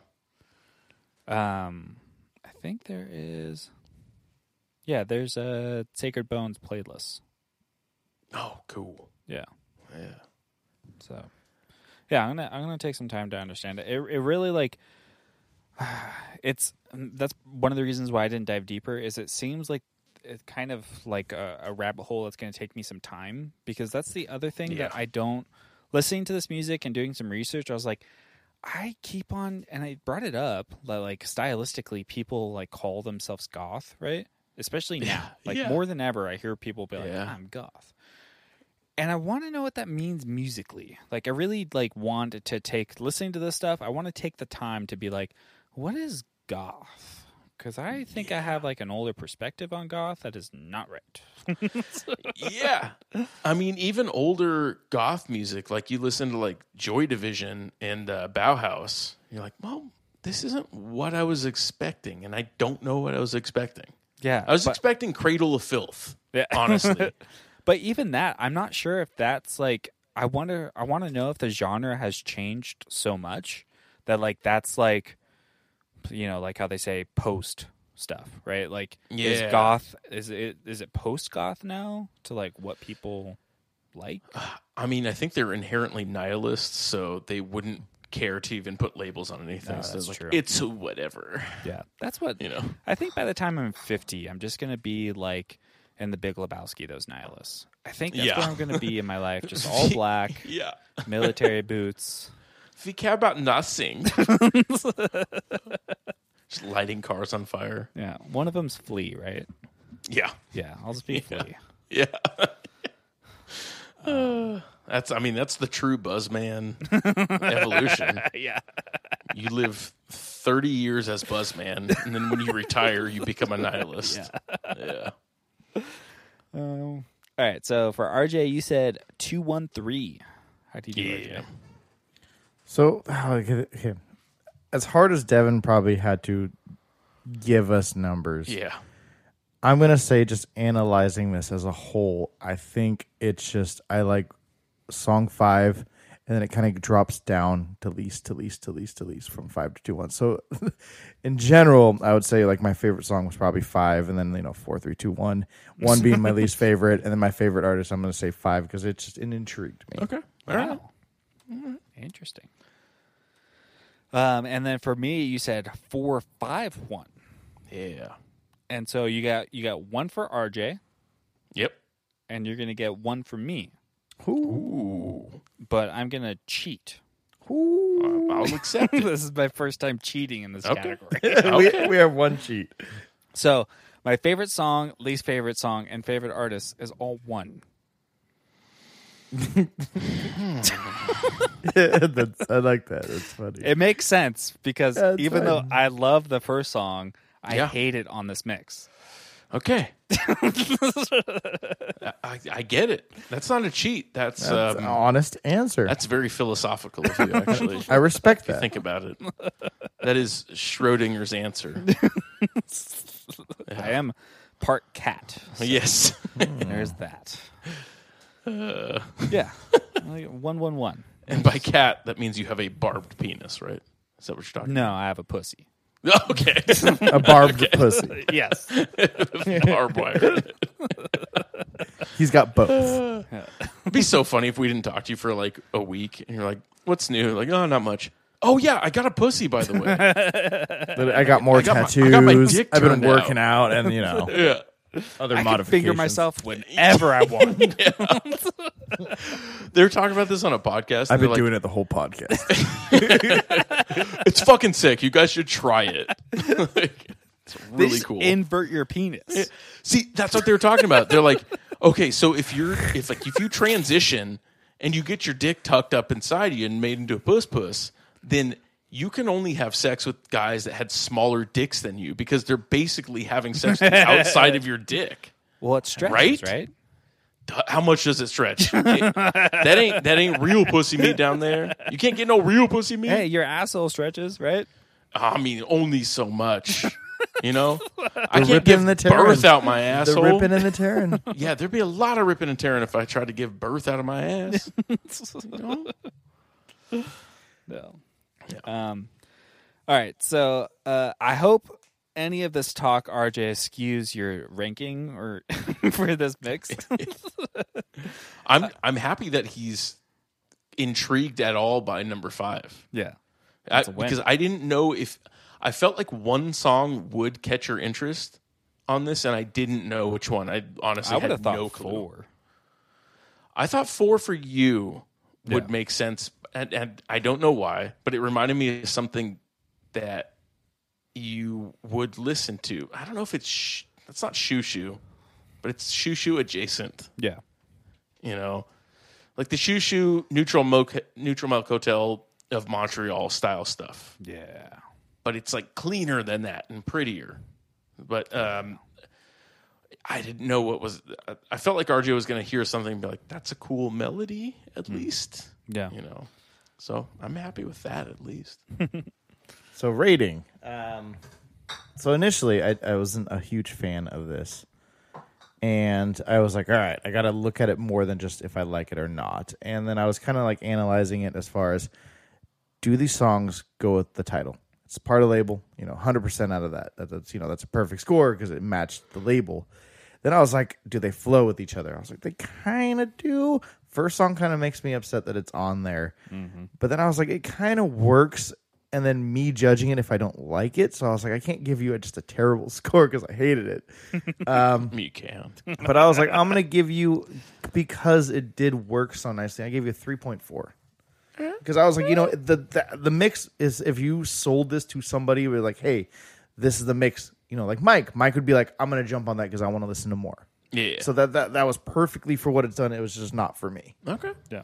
A: Um, I think there is. Yeah, there's a Sacred Bones playlist.
B: Oh, cool.
A: Yeah.
B: Yeah.
A: So, yeah, I'm gonna I'm gonna take some time to understand it. It, it really like it's that's one of the reasons why I didn't dive deeper. Is it seems like it's kind of like a, a rabbit hole that's gonna take me some time because that's the other thing that
B: Yeah.
A: I don't listening to this music and doing some research. I was like. I keep on, and I brought it up. that, Like stylistically, people like call themselves goth, right? Especially now, like
B: yeah.
A: more than ever, I hear people be like,
B: Yeah.
A: "I'm goth," and I want to know what that means musically. Like I really like want to take listening to this stuff. I want to take the time to be like, what is goth? Because I think I have like an older perspective on goth that is not right.
B: Yeah. I mean, even older goth music, like you listen to like Joy Division and uh, Bauhaus, you're like, well, this isn't what I was expecting. And I don't know what I was expecting.
A: Yeah,
B: I was
A: but,
B: expecting Cradle of Filth,
A: Yeah.
B: honestly.
A: but even that, I'm not sure if that's like I wonder. I want to know if the genre has changed so much that like that's like you know like how they say post stuff, right? Like
B: Yeah.
A: is goth is it is it post goth now to like what people like?
B: I mean, I think they're inherently nihilists, so they wouldn't care to even put labels on anything.
A: No,
B: so
A: that's
B: it's like,
A: true.
B: it's whatever,
A: Yeah, that's what
B: you know?
A: I think by the time I'm 50, I'm just gonna be like in the Big Lebowski, those nihilists. I think that's
B: Yeah.
A: what I'm gonna be in my life, just all black,
B: Yeah.
A: military boots.
B: We care about nothing. Just lighting cars on fire.
A: Yeah, one of them's Flea, right?
B: Yeah.
A: Yeah, I'll just be Flea.
B: Yeah. Uh, that's I mean that's the true buzzman evolution.
A: yeah,
B: You live 30 years as buzzman and then when you retire you become a nihilist. Yeah.
A: Um, all right. So for RJ, you said two one three. How do you do RJ?
C: So, okay, okay. as hard as Devin probably had to give us numbers,
B: Yeah.
C: I'm gonna say just analyzing this as a whole, I think it's just I like song five, and then it kind of drops down to least to least to least to least from five to two one. So, in general, I would say like my favorite song was probably five, and then you know four three two one, one being my least favorite, and then my favorite artist I'm gonna say five because it's just it intrigued me.
B: Okay. All right.
A: Wow. Interesting. Um, and then for me, you said four five one,
B: Yeah.
A: and so you got you got one for RJ,
B: Yep.
A: and you're gonna get one for me.
B: Ooh.
A: But I'm gonna cheat.
B: Um, I'll accept it.
A: this is my first time cheating in this
B: Okay.
A: category.
B: Okay.
C: we, we have one cheat.
A: so my favorite song, least favorite song, and favorite artist is all one.
C: That's, I like that. That's funny.
A: It makes sense because
C: Yeah, it's
A: even though
C: fine.
A: I love the first song, I
B: Yeah.
A: hate it on this mix.
B: Okay. I, I, I get it. That's not a cheat. That's
C: That's
B: um,
C: an honest answer.
B: that's very philosophical of you actually.
C: I respect
B: if you
C: that.
B: think about it. That is Schrodinger's answer.
A: I am part cat. so
B: yes. Hmm.
A: There's that. Yeah. Like, one one one.
B: and by cat, that means you have a barbed penis, right? Is that what you're talking
A: No, I have a pussy.
B: about? Okay.
C: a barbed pussy.
A: Yes.
B: Barbed wire.
C: He's got both.
B: It'd be so funny if we didn't talk to you for like a week and you're like, what's new? Like, oh, not much. Oh, yeah, I got a pussy, by the way.
C: But I got more
B: got my- I
C: tattoos.
B: got my dick
C: I've been
B: turned
C: working out. and you know,
B: yeah.
A: Other
C: I
A: I can
C: can modifications.
A: finger myself whenever I want.
B: They're talking about this on a podcast. and
C: I've been
B: they're like,
C: doing it the whole podcast.
B: It's fucking sick. You guys should try it. Like, it's
A: They
B: really
A: just
B: cool.
A: Invert your penis.
B: See, that's what they were talking about. They're like, okay, so if you're if like if you transition and you get your dick tucked up inside you and made into a puss puss, then you can only have sex with guys that had smaller dicks than you because they're basically having sex with the outside of your dick.
A: Well, it stretches,
B: Right?
A: right?
B: Duh, How much does it stretch? that ain't that ain't real pussy meat down there. You can't get no real pussy meat.
A: Hey, your asshole stretches, right?
B: I mean, only so much. You know, I
C: ripping
B: can't give
C: and the tearing.
B: birth out my
C: the
B: asshole.
C: ripping and the tearing.
B: Yeah, there'd be a lot of ripping and tearing if I tried to give birth out of my ass.
A: No. Um, all right. So uh, I hope any of this talk, RJ, skews your ranking or for this mix.
B: I'm I'm happy that he's intrigued at all by number five
A: yeah.
B: I,
A: a win.
B: because I didn't know if I felt like one song would catch your interest on this, and I didn't know which one. I honestly
A: I would
B: had
A: have thought
B: no clue.
A: four.
B: I thought four for you would
A: Yeah.
B: make sense, and, and I don't know why, but it reminded me of something that you would listen to. I don't know if it's sh- that's not shoo shoo, but it's shoo shoo adjacent.
A: Yeah.
B: You know, like the shoo shoo neutral milk neutral milk hotel of Montreal style stuff,
A: Yeah.
B: but it's like cleaner than that and prettier. But um, I didn't know what was. I- I felt like RJ was going to hear something and be like, "That's a cool melody, at least."
A: Hmm. Yeah.
B: you know. So I'm happy with that at least.
C: So rating. Um, so initially, I, I wasn't a huge fan of this, and I was like, all right, I got to look at it more than just if I like it or not. And then I was kind of like analyzing it as far as do these songs go with the title? It's part of label, you know, hundred percent out of that. That- That's you know that's a perfect score because it matched the label. Then I was like, do they flow with each other? I was like, they kind of do. First song kind of makes me upset that it's on there, but then I was like, it kind of works. And then me judging it if I don't like it, so I was like, I can't give you a, just a terrible score because I hated it.
A: Hmm.
B: You can.
C: But I was like, I'm gonna give you because it did work so nicely. I gave you a 3.4 because I was like, you know, the, the the mix is if you sold this to somebody, we're like, hey, this is the mix. You know, like Mike, Mike would be like, I'm gonna jump on that because I want to listen to more.
B: Yeah.
C: So that, that that was perfectly for what it's done. It was just not for me.
B: okay.
A: Yeah.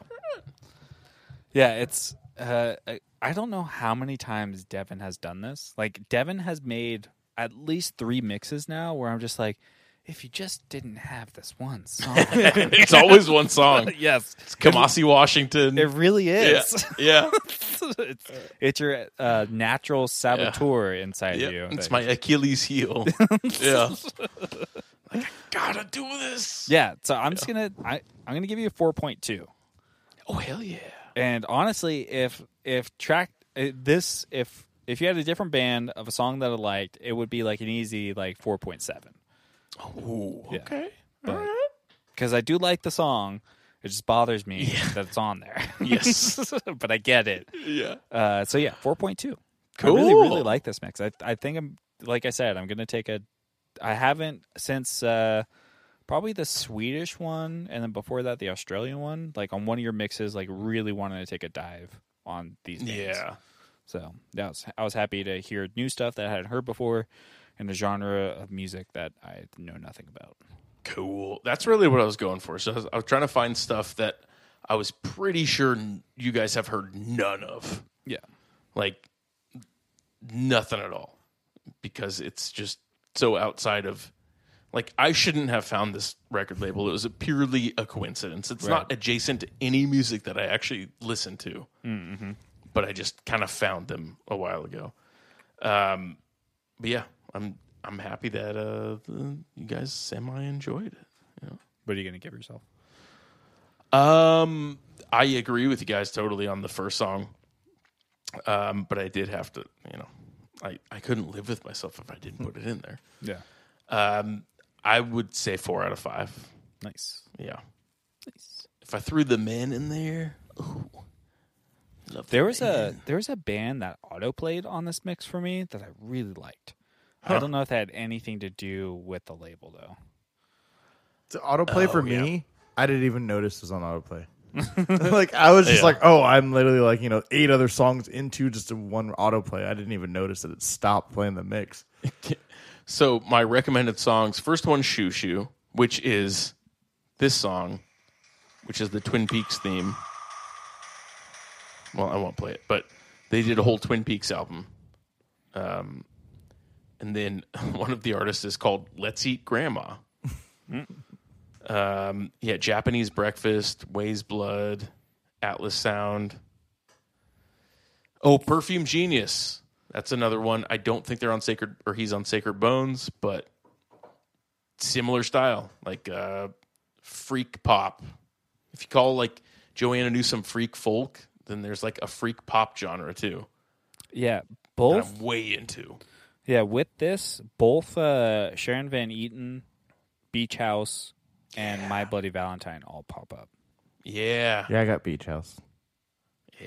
A: Yeah, it's uh I- I don't know how many times Devin has done this. Like Devin has made at least 3 mixes now where I'm just like if you just didn't have this one song.
B: it's always one song.
A: yes.
B: It's Kamasi Washington.
A: It really
B: yeah.
A: is.
B: yeah.
A: it's, it's your uh, natural saboteur inside
B: Yeah.
A: you.
B: It's
A: that-
B: my Achilles heel. yeah. Like, I gotta do this.
A: yeah. So I'm just gonna I I'm gonna give you a four point two.
B: Oh, hell yeah.
A: And honestly, if if track uh, this if if you had a different band of a song that I liked, it would be like an easy like four point seven.
B: Ooh, okay. All right.
A: Because I do like the song. It just bothers me that it's on there.
B: Yes.
A: but I get it.
B: Yeah.
A: Uh, so yeah, four point two. I really,
B: Cool.
A: really like this mix. I, I think I'm like I said, I'm gonna take a. I haven't since uh, probably the Swedish one, and then before that the Australian one. Like on one of your mixes, like really wanted to take a dive on these. Bands.
B: Yeah.
A: So that was I was happy to hear new stuff that I hadn't heard before, and a genre of music that I know nothing about.
B: Cool. That's really what I was going for. So I was, I was trying to find stuff that I was pretty sure n- you guys have heard none of.
A: Yeah.
B: like nothing at all because it's just so outside of like I shouldn't have found this record label. It was a purely a coincidence. It's not adjacent to any music that I actually listen to, mm-hmm. but I just kind of found them a while ago. Um, but yeah, I'm I'm happy that uh, you guys semi enjoyed it.
A: What are you gonna give yourself?
B: Um, I agree with you guys totally on the first song. Um, but I did have to, you know, I, I couldn't live with myself if I didn't put it in there.
A: Yeah.
B: Um, I would say four out of five.
A: Nice.
B: Yeah. If I threw the men in there, ooh, love
A: There was a there was a band that auto played on this mix for me that I really liked. I don't know if that had anything to do with the label though.
C: to autoplay for
B: Oh, yeah.
C: me, I didn't even notice it was on autoplay. like I was just like, oh, I'm literally like you know eight other songs into just one autoplay. I didn't even notice that it stopped playing the mix.
B: So my recommended songs. First one, Shoo Shoo, which is this song, which is the Twin Peaks theme. Well, I won't play it, but they did a whole Twin Peaks album. Um, and then one of the artists is called Let's Eat Grandma. um, yeah, Japanese Breakfast, Ways Blood, Atlas Sound. Oh, Perfume Genius. That's another one. I don't think they're on Sacred or he's on Sacred Bones, but similar style, like uh, freak pop. If you call like Joanna Newsom freak folk, then there's like a freak pop genre too
A: Yeah,
B: that
A: both.
B: I'm way into.
A: Yeah, with this, both uh, Sharon Van Eaton, Beach House, and My Bloody Valentine all pop up.
B: Yeah,
C: Yeah, I got Beach House.
B: yeah.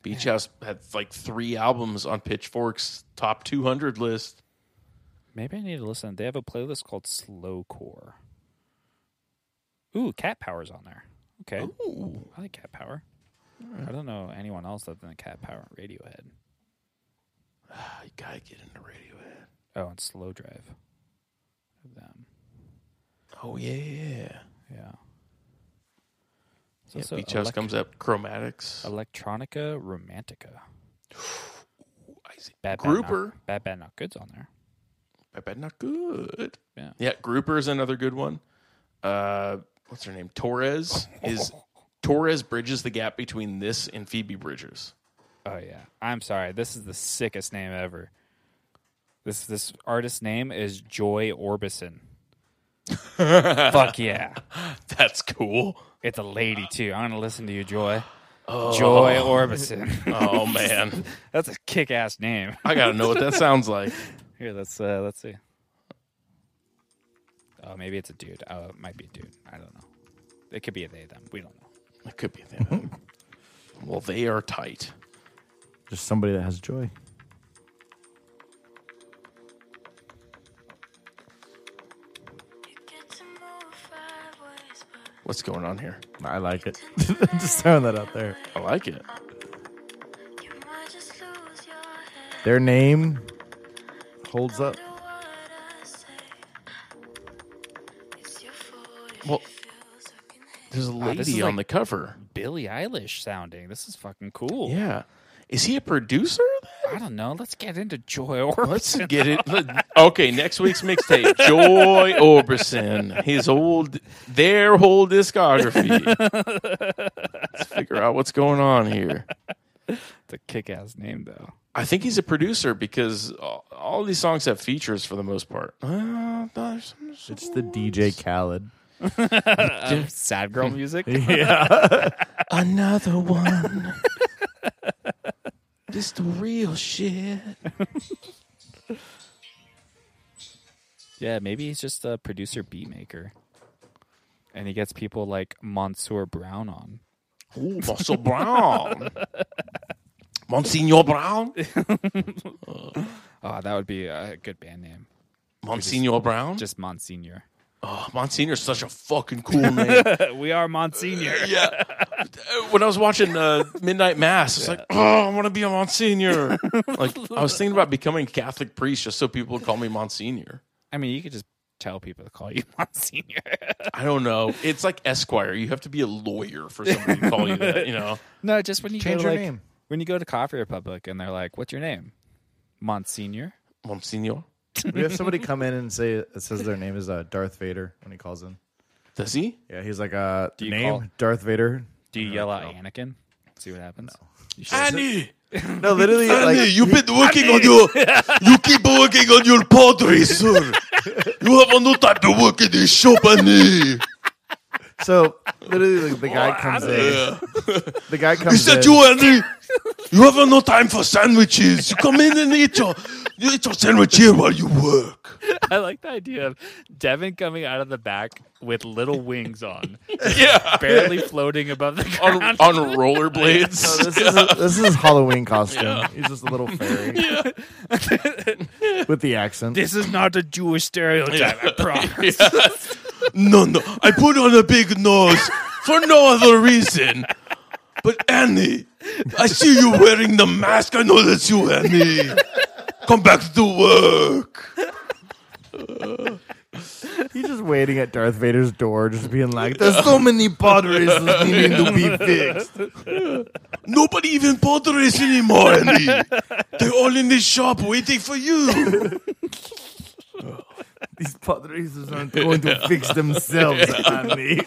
B: Beach House had like three albums on Pitchfork's top 200 list.
A: Maybe I need to listen. They have a playlist called Slowcore. Ooh, Cat Power's on there. Okay, I like Cat Power. I don't know anyone else other than Cat Power and Radiohead.
B: I Ah, gotta get into Radiohead.
A: Oh, and Slow Drive. Of them,
B: Oh yeah, yeah.
A: yeah. It's
B: yeah
A: also
B: Beach House
A: elec-
B: comes up. Chromatics.
A: Oh, Electronica Romantica.
B: Isaac
A: Bad
B: Grouper.
A: Bad, not, bad Bad Not Good's on there.
B: I bet not good.
A: Yeah.
B: Yeah, Grouper is another good one. Uh, what's her name? Torres is Torres bridges the gap between this and Phoebe Bridgers.
A: Oh yeah. I'm sorry. This is the sickest name ever. This this artist's name is Joy Orbison. Fuck yeah.
B: That's cool.
A: It's a lady too. I'm gonna listen to you, Joy. Joy Orbison.
B: Oh man,
A: That's a kick ass name.
B: I gotta know what that sounds like.
A: Here, let's uh let's see. Oh, maybe it's a dude. Oh, it might be a dude. I don't know. It could be a they them. We don't know.
B: It could be that. well, they are tight.
C: Just somebody that has joy.
B: What's going on here?
C: I like it. just throwing that out there.
B: I like it.
C: Their name holds up.
B: Well, there's a
A: Wow,
B: lady
A: Ah, this is
B: on
A: like-
B: the cover.
A: Billie Eilish sounding. This is fucking cool.
B: Yeah, is he a producer?
A: I don't know. Let's get into Joy Orbison.
B: Let's get it. let- okay, next week's mixtape, Joy Orbison, his old, their whole discography. Let's figure out what's going on here.
A: It's a kick ass name though.
B: I think he's a producer because all, all these songs have features for the most part. Uh, there's some-
C: It's the DJ Khaled.
A: Um, sad girl music.
B: Another one. this the real shit.
A: yeah, maybe he's just a producer beat maker, and he gets people like Monsieur Brown on.
B: Ooh, Monsieur Brown. Monsignor Brown.
A: Oh, that would be a good band name.
B: Monsignor Brown. Just
A: Just Monsignor.
B: oh, Monsignor's such a fucking cool name.
A: we are Monsignor.
C: Uh,
B: yeah. When I was watching uh, Midnight Mass, it's like, oh, I want to be a Monsignor. like, I was thinking about becoming a Catholic priest just so people would call me Monsignor.
A: I mean, you could just tell people to call you Monsignor.
B: I don't know. It's like Esquire. You have to be a lawyer for somebody to call you that, you know?
A: no, just when you
C: Change
A: go to, like,
C: your name.
A: When you go to Coffee Republic and they're like, "What's your name?" Monsignor.
B: Monsignor.
C: We have somebody come in and say it says their name is uh, Darth Vader when he calls in.
B: Does he?
C: Yeah, he's like uh
A: you
C: name
A: call-
C: Darth Vader.
A: Do you yell out Anakin? See what happens. You should.
B: Annie,
C: No, literally like
B: you've been working on your, you keep working on your pottery, sir. you have no time to work in this shop, Annie.
C: so literally like, the guy comes in. The guy comes in.
B: Annie? You have no time for sandwiches. You come in and eat your, you eat your sandwich here while you work.
A: I like the idea of Devin coming out of the back with little wings on,
B: Yeah,
A: barely floating above the
B: on,
A: ground.
B: on
C: So
B: rollerblades.
C: this, is a, this is his Halloween costume. He's just a little fairy with the accent.
A: This is not a Jewish stereotype, I promise.
B: Yeah. No, no. I put on a big nose for no other reason. But Annie, I see you wearing the mask. I know that's you, Annie. Come back to work.
C: He's just waiting at Darth Vader's door, just being like, "There's so many pod races needing to be fixed."
B: Nobody even bothers anymore, Andy. They're all in this shop waiting for you.
C: These pod races aren't going to fix themselves, Andy.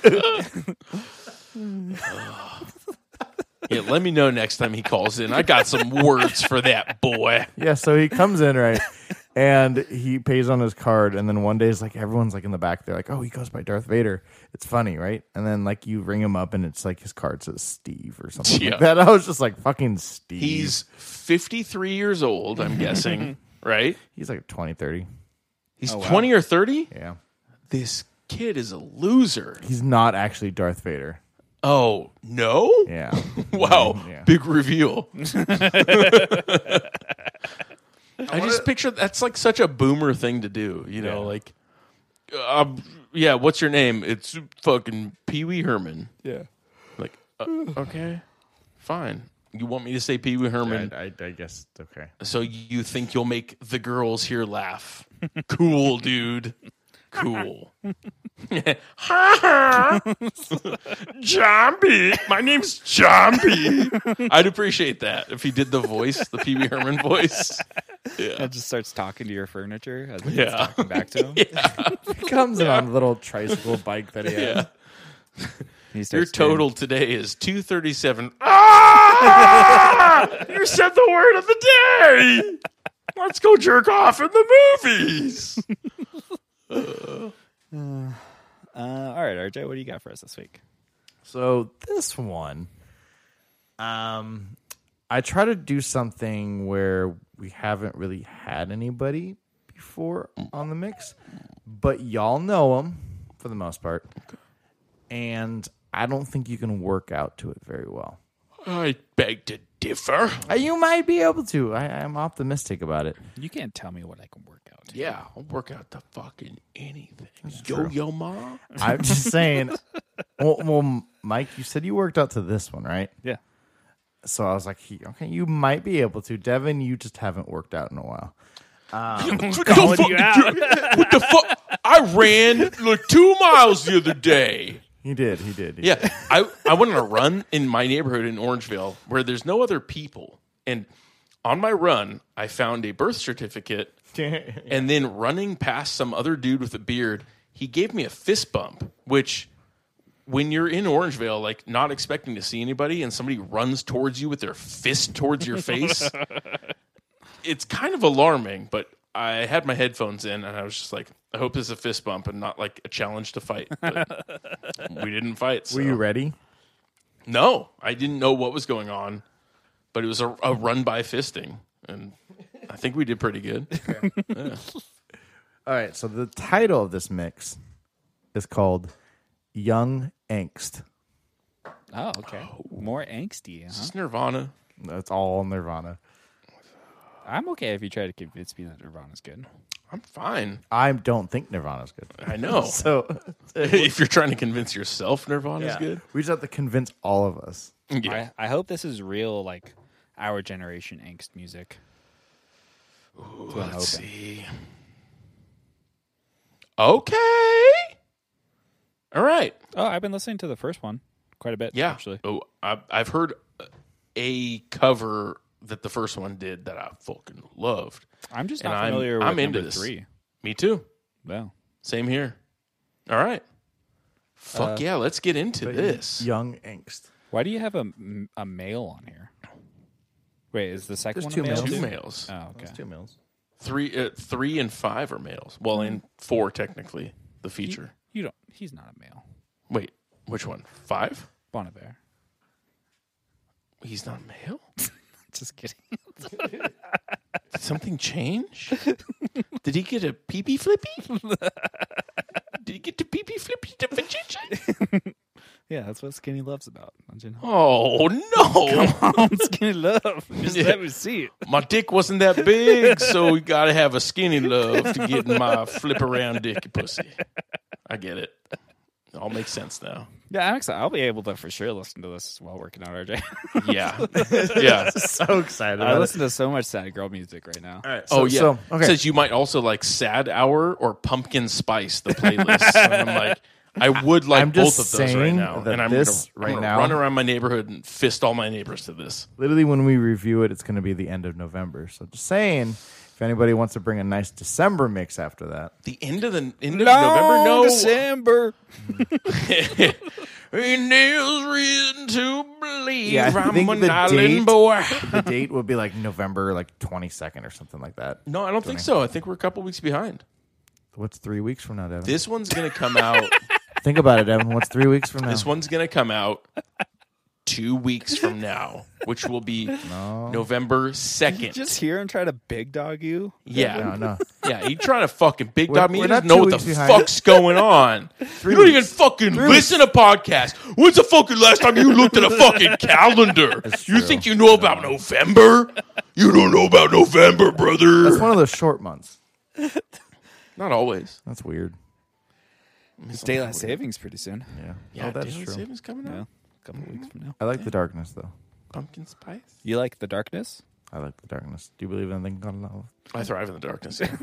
B: Yeah, let me know next time he calls in. I got some words for that boy.
C: yeah, so he comes in right, and he pays on his card, and then one day it's like everyone's like in the back, they're like, "Oh, he goes by Darth Vader." It's funny, right? And then like you ring him up, and it's like his card says Steve or something
B: Yeah.
C: like that. I was just like, "Fucking Steve."
B: He's 53 years old, I'm guessing, right?
C: he's like 20, 30.
B: He's
A: wow.
B: 20 or 30?
C: Yeah,
B: Oh, This kid is a loser.
C: he's not actually Darth Vader.
B: Oh, no?
C: Yeah,
B: Wow.
C: Yeah.
B: Big reveal. I just picture that's like such a boomer thing to do, you know,
C: Yeah.
B: like um, yeah, what's your name? It's fucking Pee Wee Herman.
A: Yeah.
B: Like, uh, okay, fine. You want me to say Pee Wee Herman,
C: I, I guess it's okay.
B: so you think you'll make the girls here laugh? cool, dude. Cool. Jambi. My name's Jambi. I'd appreciate that if he did the voice, the Pee Wee Herman voice.
A: That just starts talking to your furniture as it
B: Yeah.
A: yeah. talking back to him.
C: comes on a little tricycle bike that he has.
B: Yeah.
A: He
B: Your
A: starts doing-
B: total today is 237. Ah! you said the word of the day. Let's go jerk off in the movies.
A: Uh, all right, RJ, what do you got for us this week?
C: So this one, um, I try to do something where we haven't really had anybody before on the mix, but y'all know them for the most part, and I don't think you can work out to it very well.
B: I beg to differ.
C: Uh, You might be able to. I, I'm optimistic about it.
A: You can't tell me what I can work out.
B: Yeah, I'll work out the fucking anything. Yo, yo, ma.
C: I'm just saying. Well, well, Mike, you said you worked out to this one, right?
A: Yeah.
C: So I was like, he- okay, you might be able to. Devin, you just haven't worked out in a while.
B: Don't fucking do- What the fuck? I ran like two miles the other day.
C: He did. He did. he
B: Yeah, I, I went on a run in my neighborhood in Orangeville where there's no other people. And on my run, I found a birth certificate.
C: did.
B: And then running past some other dude with a beard, he gave me a fist bump, which when you're in Orangeville, like not expecting to see anybody, and somebody runs towards you with their fist towards your face, it's kind of alarming. But I had my headphones in, and I was just like, I hope this is a fist bump and not like a challenge to fight. But we didn't fight. So.
C: Were you ready?
B: No, I didn't know what was going on, but it was a, a run by fisting, and I think we did pretty good.
C: All right. So the title of this mix is called "Young Angst."
A: Oh, okay. More angsty. Huh?
B: It's Nirvana.
C: That's all Nirvana.
A: I'm okay if you try to convince me that Nirvana's good.
B: I'm fine.
C: I don't think Nirvana's good.
B: I know.
C: So
B: if you're trying to convince yourself Nirvana's good,
C: we just have to convince all of us.
B: yeah.
A: I, I hope this is real, like our generation angst music. That's what I'm
B: Let's
A: hoping.
B: see. Okay. All right.
A: Oh, I've been listening to the first one quite a bit.
B: Yeah.
A: actually.
B: Oh, I, I've heard a cover that the first one did that I fucking loved.
A: I'm just
B: And
A: not
B: I'm-
A: familiar
B: I'm
A: with
B: into
A: number
B: this.
A: three.
B: Me too.
A: Wow.
B: Same here. All right. Fuck yeah, let's get into this.
C: Young Angst.
A: Why do you have a, m- a male on here? Wait, is the second
C: There's
A: one a
C: two
A: male?
C: males.
B: Two
A: too?
B: males.
A: Oh, okay.
C: Two mils.
B: Three uh, three and five are males. Well, and four technically, the feature.
A: You don't. He's not a male.
B: Wait, which one? Five?
A: Bonavere.
B: He's not male?
A: Just kidding.
B: Did something change? Did he get a pee pee flippy? Did he get the pee pee flippy to vagina?
A: yeah, that's what Skinny Love's about. Imagine.
B: Oh no.
A: skinny Love. Just
B: Yeah.
A: let me see it.
B: My dick wasn't that big, so we gotta have a skinny love to get my flip around dicky pussy. I get it. makes sense now.
A: Yeah, I'm excited. I'll be able to for sure listen to this while working out, RJ.
B: Yeah, yeah.
C: so excited.
A: I
C: about it.
A: listen to so much sad girl music right now.
C: All right.
B: oh yeah.
C: So, okay.
B: Says you might also like Sad Hour or Pumpkin Spice the playlist. and I'm like, I would like
C: I'm
B: both
C: just
B: of those right
C: saying
B: now,
C: that
B: and I'm
C: this
B: gonna, I'm
C: right
B: gonna
C: now-
B: run around my neighborhood and fist all my neighbors to this.
C: Literally, when we review it, it's going to be the end of November. So just saying, if anybody wants to bring a nice December mix after that,
B: The end of the end of November. No,
A: December.
B: And there's reason to believe
C: Yeah, I
B: I'm
C: think
B: an
C: the
B: island
C: date-
B: boy.
C: the date will be like November like 22nd or something like that.
B: No, I don't think so. I think we're a couple weeks behind.
C: What's three weeks from now, Devin?
B: This one's gonna come out.
C: Think about it, Devin. What's three weeks from now?
B: This one's gonna come out two weeks from now, which will be
C: Oh,
B: November second.
A: Just hear him try to big dog you.
B: yeah,
C: No, no.
B: yeah. He trying to fucking big
C: We're-
B: dog me. He
C: we're
B: doesn't
C: not
B: know what
C: two
B: the
C: weeks behind.
B: fuck's going on. you don't even fucking listen to podcasts. When's the fucking last time you looked at a fucking calendar? You
C: true.
B: think you know about November? You don't know about November, brother.
C: It's one of those short months.
B: Not always.
C: That's weird.
A: It's daylight savings pretty soon.
C: Yeah.
B: Yeah,
C: oh, that's
B: daylight
C: true.
B: savings coming
A: Yeah,
B: up.
A: a couple weeks from now.
C: I like the darkness, though.
B: Pumpkin spice.
A: You like the darkness?
C: I like the darkness. Do you believe in anything called love?
B: I thrive in the darkness. yeah.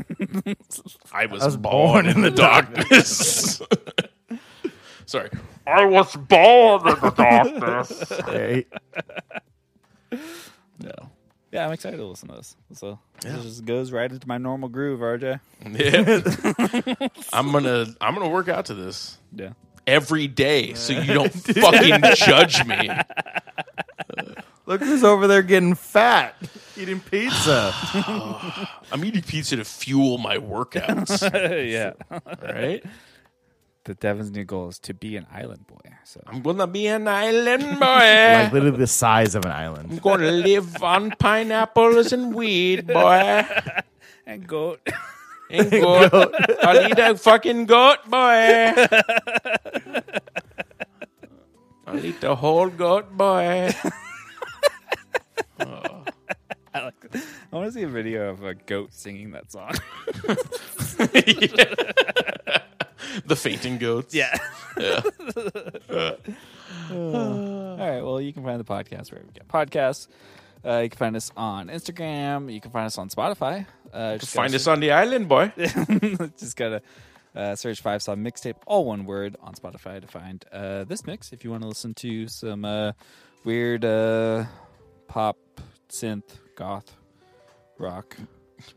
B: I, was
C: was
B: born,
C: born
B: in the darkness. Sorry.
D: I was born in the darkness.
C: Hey,
B: No.
A: Yeah, I'm excited to listen to this. So this just goes right into my normal groove, RJ.
B: I'm gonna I'm gonna work out to this
A: Yeah.
B: every day so you don't fucking judge me.
C: look who's over there getting fat, eating pizza.
B: I'm eating pizza to fuel my workouts.
A: yeah.
B: all right.
A: The Devin's new goal is to be an island boy. So
B: I'm gonna be an island boy.
C: like literally the size of an
B: I'm
C: island.
B: gonna live on pineapples and weed, boy.
A: and goat.
B: And goat. I'll eat a fucking goat, boy. I'll eat the whole goat, boy.
A: I, like I want to see a video of a goat singing that song.
B: The fainting goats.
A: Yeah. All right. Well, you can find the podcast wherever you get podcasts. Uh, you can find us on Instagram. You can find us on Spotify. Uh, just
B: Find
A: gotta-
B: us on the island, boy.
A: just gotta uh, search Five Saw Mixtape, all one word, on Spotify to find uh, this mix. If you want to listen to some uh, weird uh, pop, synth, goth, rock,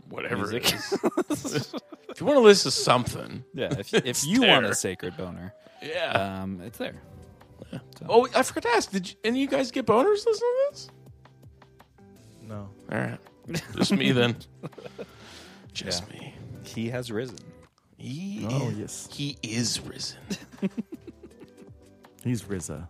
B: Whatever
A: Music.
B: it is. if you want to listen to something, uh,
A: yeah. If, if you
B: there.
A: want a sacred boner,
B: yeah.
A: um, it's there.
B: Oh, I forgot to ask. Did you, any of you guys get boners listening to this?
C: No.
B: All right. Just me then. Just me.
A: He has risen.
B: He
C: Oh,
B: is,
C: yes.
B: He is risen.
C: He's Rizza.